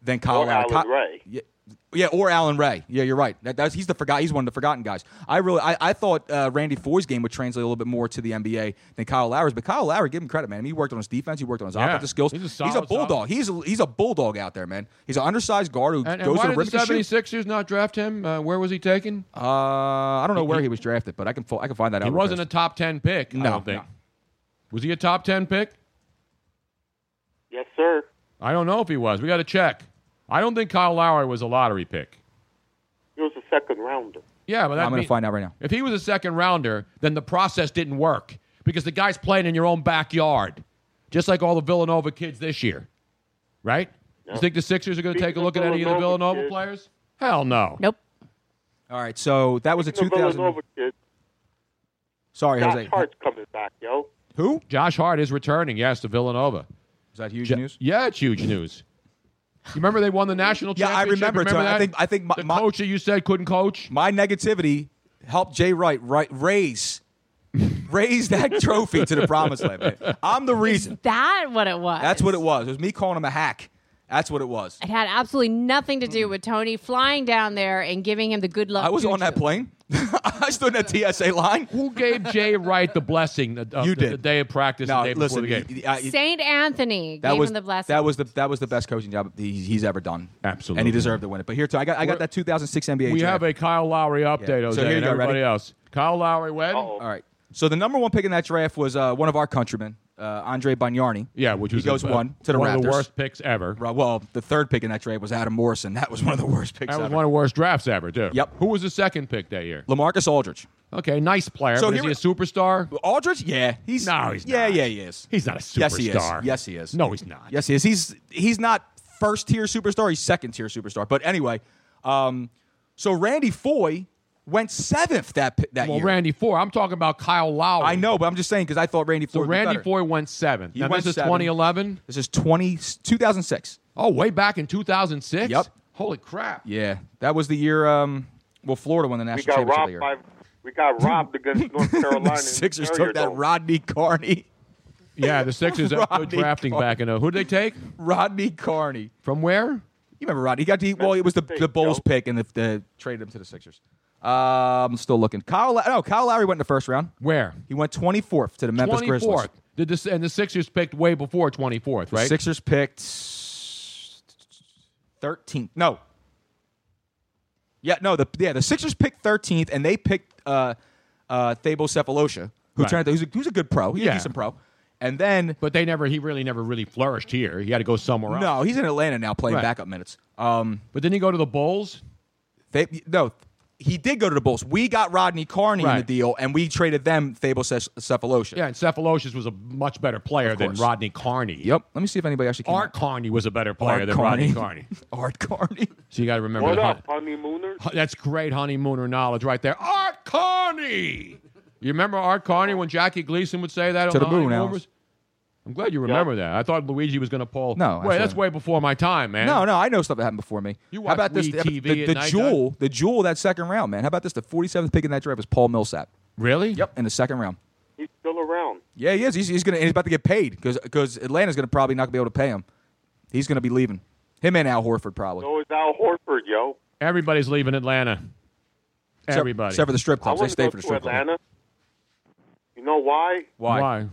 Speaker 20: than Kyle
Speaker 25: Or
Speaker 20: Lowry.
Speaker 25: Allen
Speaker 20: Ky-
Speaker 25: Ray.
Speaker 20: Yeah, yeah, or Alan Ray. Yeah, you're right. That, that's, he's the forgot. He's one of the forgotten guys. I really, I, I thought uh, Randy Foy's game would translate a little bit more to the NBA than Kyle Lowry's. But Kyle Lowry, give him credit, man. He worked on his defense. He worked on his
Speaker 12: Yeah.
Speaker 20: offensive skills.
Speaker 12: He's a solid,
Speaker 20: bulldog.
Speaker 12: solid-
Speaker 20: He's a, he's a bulldog out there, man. He's an undersized guard who
Speaker 12: And, and
Speaker 20: goes
Speaker 12: why
Speaker 20: to the
Speaker 12: did
Speaker 20: rim
Speaker 12: the
Speaker 20: and can shoot.
Speaker 12: 76ers not draft him? Uh, where was he taken?
Speaker 20: Uh, I don't know where he was drafted, but I can fo- I can find that out.
Speaker 12: He
Speaker 20: real
Speaker 12: wasn't a
Speaker 20: fast.
Speaker 12: top 10 pick, I
Speaker 20: No,
Speaker 12: don't think. Was he a top 10 pick?
Speaker 25: Yes, sir.
Speaker 12: I don't know if he was. We got to check. I don't think Kyle Lowry was a lottery pick.
Speaker 25: He was a second rounder.
Speaker 12: Yeah, but that
Speaker 20: I'm gonna
Speaker 12: mean-
Speaker 20: find out right now.
Speaker 12: If he was a second rounder, then the process didn't work because the guy's playing in your own backyard, just like all the Villanova kids this year, right? You think the Sixers are going to take a look at any of the Villanova players? Hell no.
Speaker 21: Nope.
Speaker 20: All right, so that was a
Speaker 25: Speaking of
Speaker 20: 2000.
Speaker 25: Villanova kid,
Speaker 20: Sorry,
Speaker 25: Josh
Speaker 20: Jose.
Speaker 25: Hart's coming back, yo.
Speaker 20: Who?
Speaker 12: Josh Hart is returning, yes, to Villanova.
Speaker 20: Is that huge news?
Speaker 12: Yeah, it's huge news. You remember they won the national
Speaker 20: Yeah, I
Speaker 12: championship?
Speaker 20: remember. Tony.
Speaker 12: that?
Speaker 20: I think I think my, my
Speaker 12: coach that you said couldn't coach.
Speaker 20: My negativity helped Jay Wright right, raise raise that trophy to the promised land. man. I'm the reason.
Speaker 21: That what it was.
Speaker 20: That's what it was. It was me calling him a hack. That's what it was.
Speaker 21: It had absolutely nothing to do with Tony flying down there and giving him the good luck.
Speaker 20: Mm. I was on that plane. I stood in that TSA line.
Speaker 12: Who gave Jay Wright the blessing of
Speaker 20: You
Speaker 12: the,
Speaker 20: did.
Speaker 12: the day of practice
Speaker 20: No,
Speaker 12: the day
Speaker 20: listen,
Speaker 12: before the
Speaker 20: y-
Speaker 12: game?
Speaker 20: y- I-
Speaker 21: Saint Anthony
Speaker 20: that
Speaker 21: gave
Speaker 20: was
Speaker 21: him the blessing.
Speaker 20: that was the that was the best coaching job he, he's ever done. Absolutely, and he deserved to win it. But here too, I got I got
Speaker 12: We're-
Speaker 20: that 2006 NBA.
Speaker 12: we
Speaker 20: draft.
Speaker 12: have a Kyle Lowry update,
Speaker 20: Yeah.
Speaker 12: Jose,
Speaker 20: So here you
Speaker 12: and
Speaker 20: go, ready?
Speaker 12: everybody else. Kyle Lowry when?
Speaker 20: All right. So the number one pick in that draft was uh, one of our countrymen, uh, Andre Bagnarni.
Speaker 12: Yeah, which
Speaker 20: he
Speaker 12: was
Speaker 20: goes
Speaker 12: a-
Speaker 20: one to the
Speaker 12: one
Speaker 20: Raptors.
Speaker 12: of the worst picks ever.
Speaker 20: Right, Well, the third pick in that trade was Adam Morrison. That was one of the worst picks
Speaker 12: That was
Speaker 20: ever.
Speaker 12: one of the worst drafts ever, too.
Speaker 20: Yep.
Speaker 12: Who was the second pick that year?
Speaker 20: Lamarcus Aldridge.
Speaker 12: Okay, nice player.
Speaker 20: So
Speaker 12: but is
Speaker 20: here-
Speaker 12: he a superstar?
Speaker 20: Aldridge? Yeah, he's
Speaker 12: no, he's
Speaker 20: yeah,
Speaker 12: not.
Speaker 20: yeah, he is.
Speaker 12: He's not a superstar.
Speaker 20: Yes, he is. Yes, he is.
Speaker 12: No, he's not.
Speaker 20: Yes, he is. He's he's not first tier superstar. He's second tier superstar. But anyway, um, so Randy Foy went seventh that pi- that
Speaker 12: Well,
Speaker 20: year.
Speaker 12: Randy Foy. I'm talking about Kyle Lowry.
Speaker 20: I know, but I'm just saying because I thought Randy Foy.
Speaker 12: So
Speaker 20: would be
Speaker 12: Randy
Speaker 20: better.
Speaker 12: Foy went seventh.
Speaker 20: He
Speaker 12: Now,
Speaker 20: went
Speaker 12: this is
Speaker 20: seven.
Speaker 12: 2011.
Speaker 20: This is 20, 2006.
Speaker 12: Oh, way back in 2006.
Speaker 20: Yep.
Speaker 12: Holy crap!
Speaker 20: Yeah, that was the year. Um, well, Florida won the
Speaker 25: We
Speaker 20: national
Speaker 25: got
Speaker 20: championship.
Speaker 25: robbed by we got robbed against North Carolina.
Speaker 20: the
Speaker 25: in
Speaker 20: Sixers
Speaker 25: Carrier
Speaker 20: took that
Speaker 25: Dome.
Speaker 20: Rodney Carney.
Speaker 12: Yeah, the Sixers have good
Speaker 20: Rodney
Speaker 12: drafting
Speaker 20: Carter.
Speaker 12: back in. Who would they take?
Speaker 20: Rodney Carney.
Speaker 12: From where? You
Speaker 20: remember Rodney? He got the, well, it was the, the Bulls pick and the, the traded him to the Sixers. Um, still looking. Kyle, no, Kyle Lowry went in the first round.
Speaker 12: Where?
Speaker 20: He went 24th to the Memphis Grizzlies.
Speaker 12: 24th. Did this, and the Sixers picked way before 24th,
Speaker 20: The
Speaker 12: right?
Speaker 20: Sixers picked 13th. No. Yeah, no, the yeah, the Sixers picked 13th and they picked uh uh Thabo Cephalosha, who
Speaker 12: Right.
Speaker 20: turned out who's a, who's a good pro. He's
Speaker 12: Yeah.
Speaker 20: a decent pro. And then
Speaker 12: But they never. He really never really flourished here. He had to go somewhere else.
Speaker 20: No, he's in Atlanta now playing
Speaker 12: Right.
Speaker 20: backup minutes. Um,
Speaker 12: but didn't he go to the Bulls?
Speaker 20: They no, he did go to the Bulls. We got Rodney Carney in
Speaker 12: Right.
Speaker 20: the deal, and we traded them Thabo Ce- Cephalosha.
Speaker 12: Yeah, and Cephalosha was a much better player than
Speaker 20: course.
Speaker 12: Rodney Carney.
Speaker 20: Yep. Let me see if anybody actually came.
Speaker 12: Art Carney was a better player
Speaker 20: Art
Speaker 12: than Rodney Carney.
Speaker 20: Art Carney.
Speaker 12: So you got to remember
Speaker 25: What
Speaker 12: the
Speaker 25: up, honeymooners?
Speaker 12: hun- that's great honeymooner knowledge right there. Art Carney. You remember Art Carney when Jackie Gleason would say that
Speaker 20: To the
Speaker 12: on
Speaker 20: moon,
Speaker 12: Honeymooners?
Speaker 20: Alice.
Speaker 12: I'm glad you remember that. I thought Luigi was going to pull.
Speaker 20: No,
Speaker 12: wait,
Speaker 20: I
Speaker 12: that's
Speaker 20: said-
Speaker 12: way before my time, man.
Speaker 20: Oh, No, no, I know stuff that happened before me.
Speaker 12: You
Speaker 20: How about
Speaker 12: watch
Speaker 20: this?
Speaker 12: Wii TV
Speaker 20: the, the
Speaker 12: at night,
Speaker 20: jewel, the jewel that second round, man. How about this? The 47th pick in that draft was Paul Millsap.
Speaker 12: Really?
Speaker 20: Yep, in the second round.
Speaker 25: He's still around.
Speaker 20: Yeah, he is. He's, he's gonna. and He's about to get paid because Atlanta's gonna probably not be able to pay him. He's gonna be leaving. Him and Al Horford probably.
Speaker 25: So is Al Horford, yo.
Speaker 12: Everybody's leaving Atlanta.
Speaker 20: Except-
Speaker 12: Everybody.
Speaker 20: except for the strip
Speaker 25: I
Speaker 20: clubs. They
Speaker 25: wanna
Speaker 20: stay
Speaker 25: go
Speaker 20: for the
Speaker 25: to
Speaker 20: strip club.
Speaker 25: Atlanta. You know why?
Speaker 12: Why?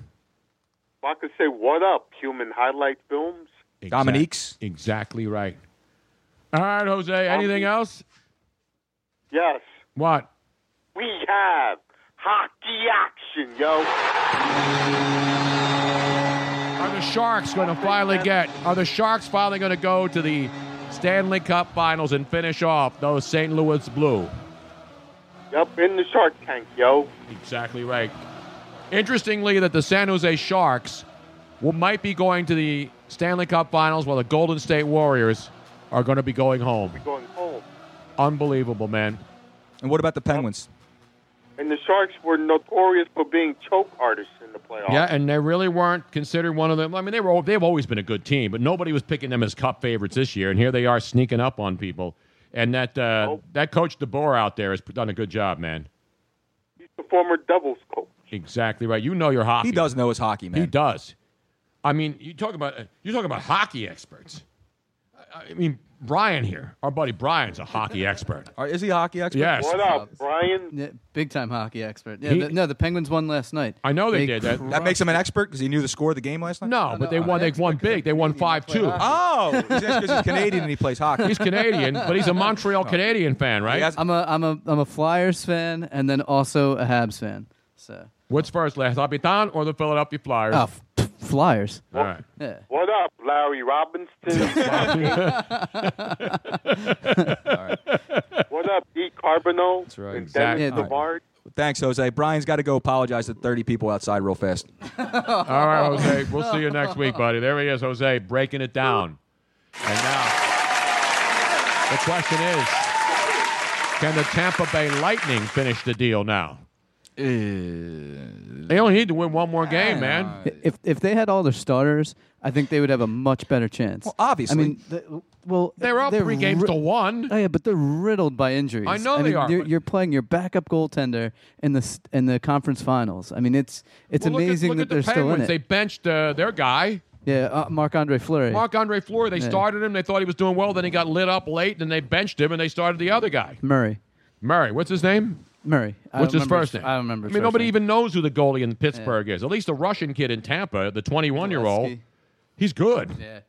Speaker 25: If I could say what up, human highlight films.
Speaker 12: Dominique's exactly right. All right, Jose. Anything else?
Speaker 25: Yes,
Speaker 12: What?
Speaker 25: we have hockey action, yo.
Speaker 12: Are the Sharks going to finally get? Are the Sharks finally going to go to the Stanley Cup Finals and finish off those St. Louis Blue?
Speaker 25: Yup, in the Shark Tank, yo.
Speaker 12: Exactly right. Interestingly, that the San Jose Sharks will, might be going to the Stanley Cup Finals, while the Golden State Warriors are going to be going home.
Speaker 25: Going home.
Speaker 12: Unbelievable, man.
Speaker 20: And what about the Penguins?
Speaker 25: And the Sharks were notorious for being choke artists in the playoffs.
Speaker 12: Yeah, and they really weren't considered one of them. I mean, they were. They've always been a good team, but nobody was picking them as cup favorites this year. And here they are sneaking up on people. And that uh, that coach DeBoer out there has done a good job, man.
Speaker 25: The former doubles coach.
Speaker 12: Exactly right. You know your hockey. He does
Speaker 20: know his hockey, man.
Speaker 12: He does. I mean, you talk about uh, you talking about hockey experts. I, I mean, Brian here, our buddy Brian's a hockey expert.
Speaker 20: Is he a hockey expert? Uh,
Speaker 12: Yes.
Speaker 25: Brian?
Speaker 10: big time hockey expert. Yeah,
Speaker 12: He-
Speaker 10: the- no, the Penguins won last night.
Speaker 12: I know they, did. That,
Speaker 10: crushed-
Speaker 20: makes him an expert because he knew the score of the game last night.
Speaker 12: No, but they won. They won big. They won five two.
Speaker 20: Oh, just because he's Canadian and he plays hockey. Oh.
Speaker 12: He's Canadian, but he's a Montreal Canadian fan, right?
Speaker 10: I'm a I'm a I'm a Flyers fan and then also a Habs fan. So
Speaker 12: What's first, Les Habitan or the Philadelphia Flyers?
Speaker 10: oh, f- f- Flyers.
Speaker 12: All right.
Speaker 25: What up, Larry Robinson? What up, D. Carbono? That's
Speaker 20: right.
Speaker 25: And Dennis
Speaker 20: Exactly.
Speaker 25: Savard?
Speaker 20: Thanks, Jose. Brian's got to go apologize to 30 people outside real fast.
Speaker 12: All right, Jose. We'll see you next week, buddy. There he is, Jose, breaking it down. And now, the question is can the Tampa Bay Lightning finish the deal now? they only need to win one more game, man.
Speaker 10: If if they had all their starters, I think they would have a much better chance.
Speaker 12: Well, obviously.
Speaker 10: I mean, the, well,
Speaker 12: They're up three games to one.
Speaker 10: Oh, yeah, but they're riddled by injuries.
Speaker 12: I know they
Speaker 10: mean,
Speaker 12: are,
Speaker 10: You're,
Speaker 12: but-
Speaker 10: you're playing your backup goaltender in the s- in the conference finals. I mean, it's it's
Speaker 12: Well, look at-
Speaker 10: amazing
Speaker 12: look at,
Speaker 10: that they're
Speaker 12: the
Speaker 10: still in
Speaker 12: Penguins.
Speaker 10: it.
Speaker 12: They benched uh, their guy.
Speaker 10: yeah, uh, Marc Andre Fleury.
Speaker 12: Marc Andre Fleury, they
Speaker 10: Yeah.
Speaker 12: started him. They thought he was doing well. Then he got lit up late. Then they benched him and they started the other guy.
Speaker 10: Murray.
Speaker 12: Murray. What's his name?
Speaker 10: Murray. I
Speaker 12: What's
Speaker 10: don't
Speaker 12: his
Speaker 10: remember
Speaker 12: first name?
Speaker 10: I don't remember.
Speaker 12: I
Speaker 10: his
Speaker 12: mean,
Speaker 10: first
Speaker 12: nobody
Speaker 10: name.
Speaker 12: even knows who the goalie in Pittsburgh is. At least the Russian kid in Tampa, the 21 year old, he's good.
Speaker 10: Yeah.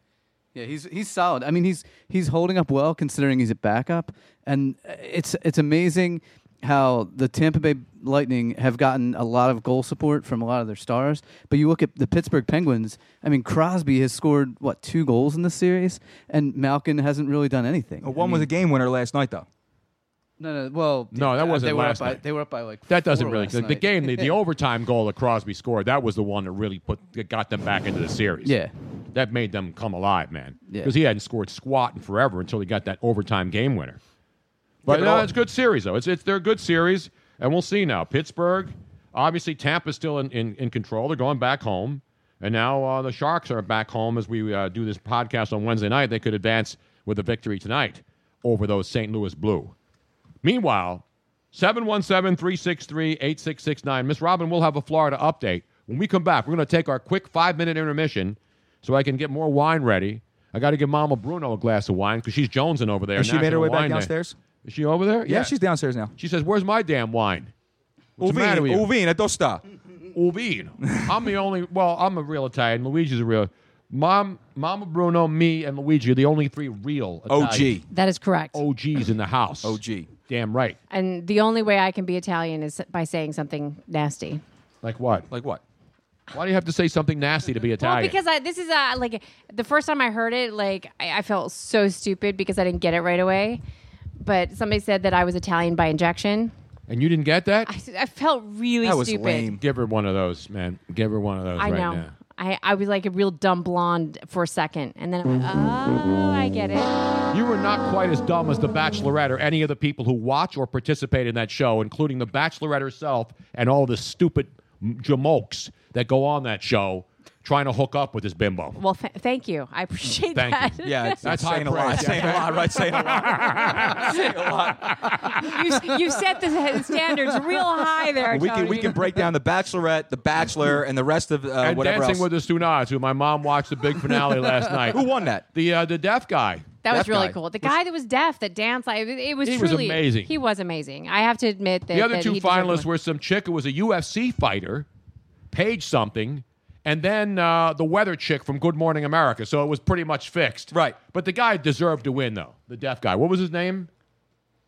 Speaker 10: Yeah, he's he's solid. I mean, he's he's holding up well considering he's a backup, and uh, it's it's amazing how the Tampa Bay Lightning have gotten a lot of goal support from a lot of their stars. But you look at the Pittsburgh Penguins. I mean, Crosby has scored what two goals in this series, and Malkin hasn't really done anything.
Speaker 20: Oh, One was a game winner last night, though.
Speaker 10: no, no. Well,
Speaker 12: No, that
Speaker 10: they-
Speaker 12: wasn't
Speaker 10: they were
Speaker 12: last
Speaker 10: up by,
Speaker 12: night.
Speaker 10: They were up by like
Speaker 12: That doesn't
Speaker 10: four
Speaker 12: really.
Speaker 10: last
Speaker 12: The, the
Speaker 10: night.
Speaker 12: game, the, the overtime goal that Crosby scored, that was the one that really put that got them back into the series.
Speaker 10: Yeah.
Speaker 12: That made them come alive, man.
Speaker 10: Yeah.
Speaker 12: Because he hadn't scored squat in forever until he got that overtime game winner. But
Speaker 20: but
Speaker 12: no,
Speaker 20: all-
Speaker 12: it's a good series, though. It's, it's They're a good series, and we'll see now. Pittsburgh, obviously, Tampa's still in, in, in control. They're going back home. And now uh, the Sharks are back home as we uh, do this podcast on Wednesday night. They could advance with a victory tonight over those St. Louis Blue. Meanwhile, 717 363 8669. Miss Robin will have a Florida update. When we come back, we're going to take our quick five minute intermission so I can get more wine ready. I got to give Mama Bruno a glass of wine because she's jonesing over there.
Speaker 20: Has she made her
Speaker 12: National
Speaker 20: way back
Speaker 12: Wine Day.
Speaker 20: downstairs?
Speaker 12: Is she over there?
Speaker 20: Yeah, she's downstairs now.
Speaker 12: She says, Where's my damn wine? What's the
Speaker 20: Uvine,
Speaker 12: matter with you?
Speaker 20: Uvine, a tosta.
Speaker 12: Uvine. I'm the only. Well, I'm a real Italian. Luigi's a real. Mom, Mama Bruno, me, and Luigi are the only three real Italian.
Speaker 21: That is correct.
Speaker 12: OGs in the house.
Speaker 20: OG.
Speaker 12: Damn right.
Speaker 21: And the only way I can be Italian is by saying something nasty.
Speaker 12: Like what?
Speaker 20: Like what?
Speaker 12: Why do you have to say something nasty to be
Speaker 21: Well,
Speaker 12: Italian?
Speaker 21: because I, this is uh, like the first time I heard it, like I, I felt so stupid because I didn't get it right away. But somebody said that I was Italian by injection.
Speaker 12: and you didn't get that?
Speaker 21: I, I felt really stupid.
Speaker 12: Give her one of those, man. Give her one of those
Speaker 21: I
Speaker 12: right
Speaker 21: know.
Speaker 12: now.
Speaker 21: I, I was like a real dumb blonde for a second, and then I'm like, oh, I get it.
Speaker 12: You were not quite as dumb as The Bachelorette or any of the people who watch or participate in that show, including The Bachelorette herself and all the stupid m- jamokes that go on that show trying to hook up with this bimbo.
Speaker 21: Well, th- thank you. I appreciate
Speaker 12: Thank
Speaker 21: that.
Speaker 12: you. Yeah, it's- That's it's high saying a lot, praise. saying a lot, right? Saying a
Speaker 20: lot. Saying a
Speaker 21: you, you set the standards real high there.
Speaker 20: we can we
Speaker 21: Tony.
Speaker 20: can break down the Bachelorette, the Bachelor, and the rest of uh,
Speaker 12: and
Speaker 20: whatever
Speaker 12: Dancing
Speaker 20: else.
Speaker 12: with the Stooges, who my mom watched the big finale last night.
Speaker 20: Who won that?
Speaker 12: The uh, the deaf guy.
Speaker 21: That was really cool. The guy that was deaf that danced, I, it was
Speaker 12: He was
Speaker 21: truly
Speaker 12: amazing.
Speaker 21: He was amazing. I have to admit that
Speaker 12: the other
Speaker 21: that
Speaker 12: two
Speaker 21: he deserved
Speaker 12: finalists were some chick who was a UFC fighter, Paige something, and then uh, the weather chick from Good Morning America. So it was pretty much fixed. Right. But the guy deserved to win, though. The deaf guy. What was his name?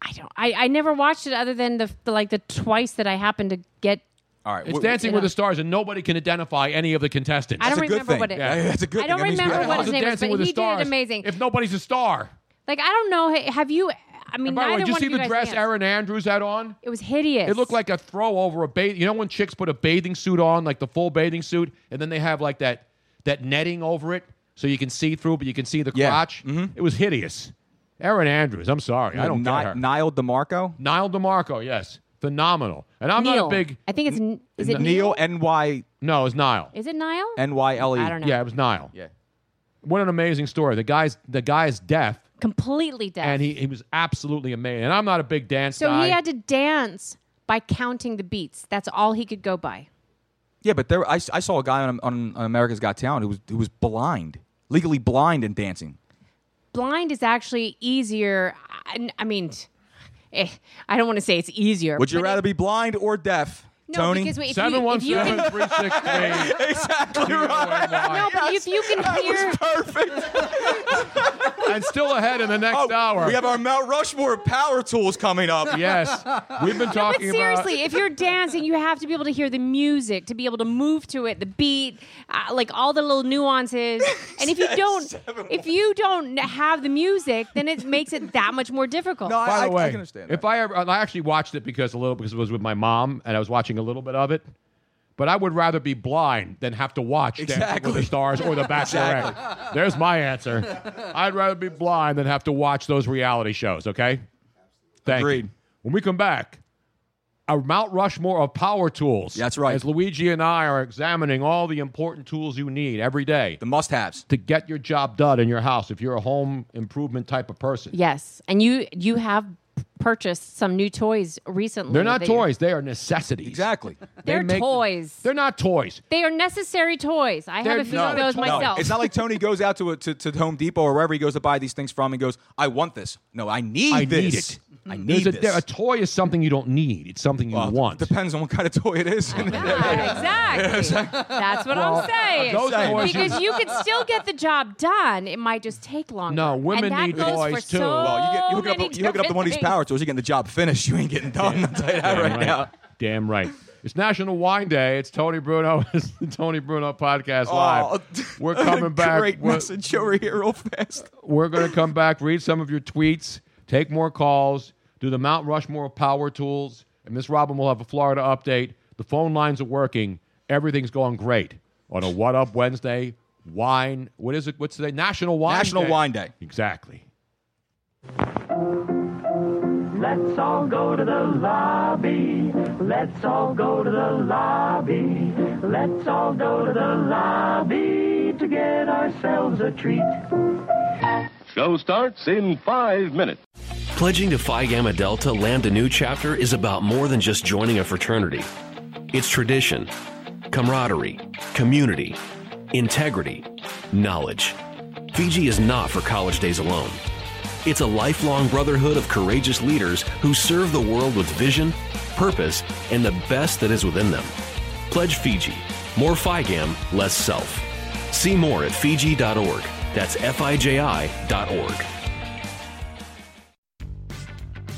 Speaker 21: I don't. I, I never watched it other than the, the like the twice that I happened to get.
Speaker 20: All right.
Speaker 12: It's
Speaker 21: wh-
Speaker 12: Dancing
Speaker 21: you
Speaker 12: with
Speaker 21: know.
Speaker 12: the Stars, and nobody can identify any of the contestants.
Speaker 21: I don't remember what it. I don't remember what his name was,
Speaker 12: Dancing
Speaker 21: but
Speaker 12: with
Speaker 21: he
Speaker 12: the Stars.
Speaker 21: did amazing.
Speaker 12: If nobody's a star.
Speaker 21: Like I don't know. Have you? I mean,
Speaker 12: And by the way,
Speaker 21: neither
Speaker 12: did you
Speaker 21: one
Speaker 12: see
Speaker 21: of
Speaker 12: the
Speaker 21: guys
Speaker 12: dress
Speaker 21: danced.
Speaker 12: Aaron Andrews had on?
Speaker 21: It was hideous.
Speaker 12: It looked like a throw over a bath. You know when chicks put a bathing suit on, like the full bathing suit, and then they have like that that netting over it so you can see through, but you can see the crotch. It was hideous. Aaron Andrews. I'm sorry, I don't
Speaker 20: Ni-
Speaker 12: get her. Niall DeMarco. Niall DeMarco. Yes, phenomenal. And I'm not
Speaker 21: Neil.
Speaker 12: a big.
Speaker 21: I think it's N- is it
Speaker 12: Neil N Y. No, it's Niall.
Speaker 21: Is it Niall?
Speaker 12: N Y L
Speaker 21: E. I don't know.
Speaker 12: Yeah, it was Niall.
Speaker 20: Yeah.
Speaker 12: What an amazing story. The guy's the guy's deaf,
Speaker 21: Completely deaf.
Speaker 12: and he, he was absolutely amazing. And I'm not a big dance
Speaker 21: so
Speaker 12: guy.
Speaker 21: he had to dance by counting the beats. That's all he could go by.
Speaker 20: Yeah, but there I, I saw a guy on, on, on America's Got Talent who was who was blind, legally blind in dancing.
Speaker 21: Blind is actually easier. I, I mean, eh, I don't want to say it's easier.
Speaker 20: Would you
Speaker 21: but
Speaker 20: rather be blind or deaf?
Speaker 21: No,
Speaker 20: Tony?
Speaker 21: because wait, if Seven you- one if you seven can- three
Speaker 12: six three.
Speaker 20: exactly right.
Speaker 21: No, but if you can hear,
Speaker 12: and still ahead in the next hour.
Speaker 20: Oh, We have our Mount Rushmore power tools coming up.
Speaker 12: Yes. We've been
Speaker 21: but seriously, if you're dancing, you have to be able to hear the music, to be able to move to it, the beat, uh, like all the little nuances. And if you don't, if you don't have the music, then it makes it that much more difficult. No,
Speaker 12: By the way, if I ever, I actually watched it because a little because it was with my mom and I was watching a little bit of it. But I would rather be blind than have to watch Dancing with the Stars or The Bachelorette. There's my answer. I'd rather be blind than have to watch those reality shows. Okay. Thank Agreed. When we come back, a Mount Rushmore of power tools. That's right. As Luigi and I are examining all the important tools you need every day, the
Speaker 20: must-haves
Speaker 12: to get your job done in your house. If you're a home improvement type of person.
Speaker 21: Yes, and you you have purchased some new toys recently.
Speaker 12: They're not
Speaker 21: that you-
Speaker 12: toys. They are necessities. Exactly.
Speaker 21: They're toys.
Speaker 12: They're not toys.
Speaker 21: They are necessary toys. I have a few of those myself.
Speaker 20: It's not like Tony goes out to, a, to to Home Depot or wherever he goes to buy these things from and goes, "I want this." No, I need
Speaker 12: I
Speaker 20: this.
Speaker 12: need it.
Speaker 20: I
Speaker 12: There's
Speaker 20: need
Speaker 12: a,
Speaker 20: this.
Speaker 12: there- a toy is something you don't need. It's something you want.
Speaker 20: Depends on what kind of toy it is.
Speaker 21: Exactly. That's what
Speaker 12: Well,
Speaker 21: I'm saying.
Speaker 12: those toys
Speaker 21: because
Speaker 12: you-
Speaker 21: you can still get the job done. It might just take longer.
Speaker 12: No, women
Speaker 21: and that
Speaker 12: need
Speaker 21: goes
Speaker 12: toys,
Speaker 21: for
Speaker 12: too.
Speaker 21: So
Speaker 12: Well,
Speaker 20: you, get, you hook, it
Speaker 21: many
Speaker 20: up, you hook it up to one of these
Speaker 21: different
Speaker 20: power tools, you're getting the job finished. You ain't getting done. I'll tell you that
Speaker 12: Damn
Speaker 20: right, now.
Speaker 12: Damn right. It's National Wine Day. It's Tony Bruno. It's the Tony Bruno Podcast Live. We're coming back.
Speaker 20: Oh, Great
Speaker 12: We're-
Speaker 20: message over here, real fast.
Speaker 12: We're going to come back, read some of your tweets, take more calls, do the Mount Rushmore of power tools, and Miss Robin will have a Florida update. The phone lines are working. Everything's going great on a What Up Wednesday wine. What is it? What's today? National Wine
Speaker 20: National
Speaker 12: Day.
Speaker 20: Wine Day.
Speaker 12: Exactly.
Speaker 22: Let's all go to the lobby. Let's all go to the lobby. Let's all go to the lobby to get ourselves a treat.
Speaker 6: Show starts in five minutes. Pledging to Phi Gamma Delta Lambda Nu chapter is about more than just joining a fraternity. It's tradition, camaraderie, community, integrity, knowledge. Fiji is not for college days alone. It's a lifelong brotherhood of courageous leaders who serve the world with vision, purpose, and the best that is within them. Pledge Fiji. More FIGAM, less self. See more at Fiji.org. That's F-I-J-I dot org.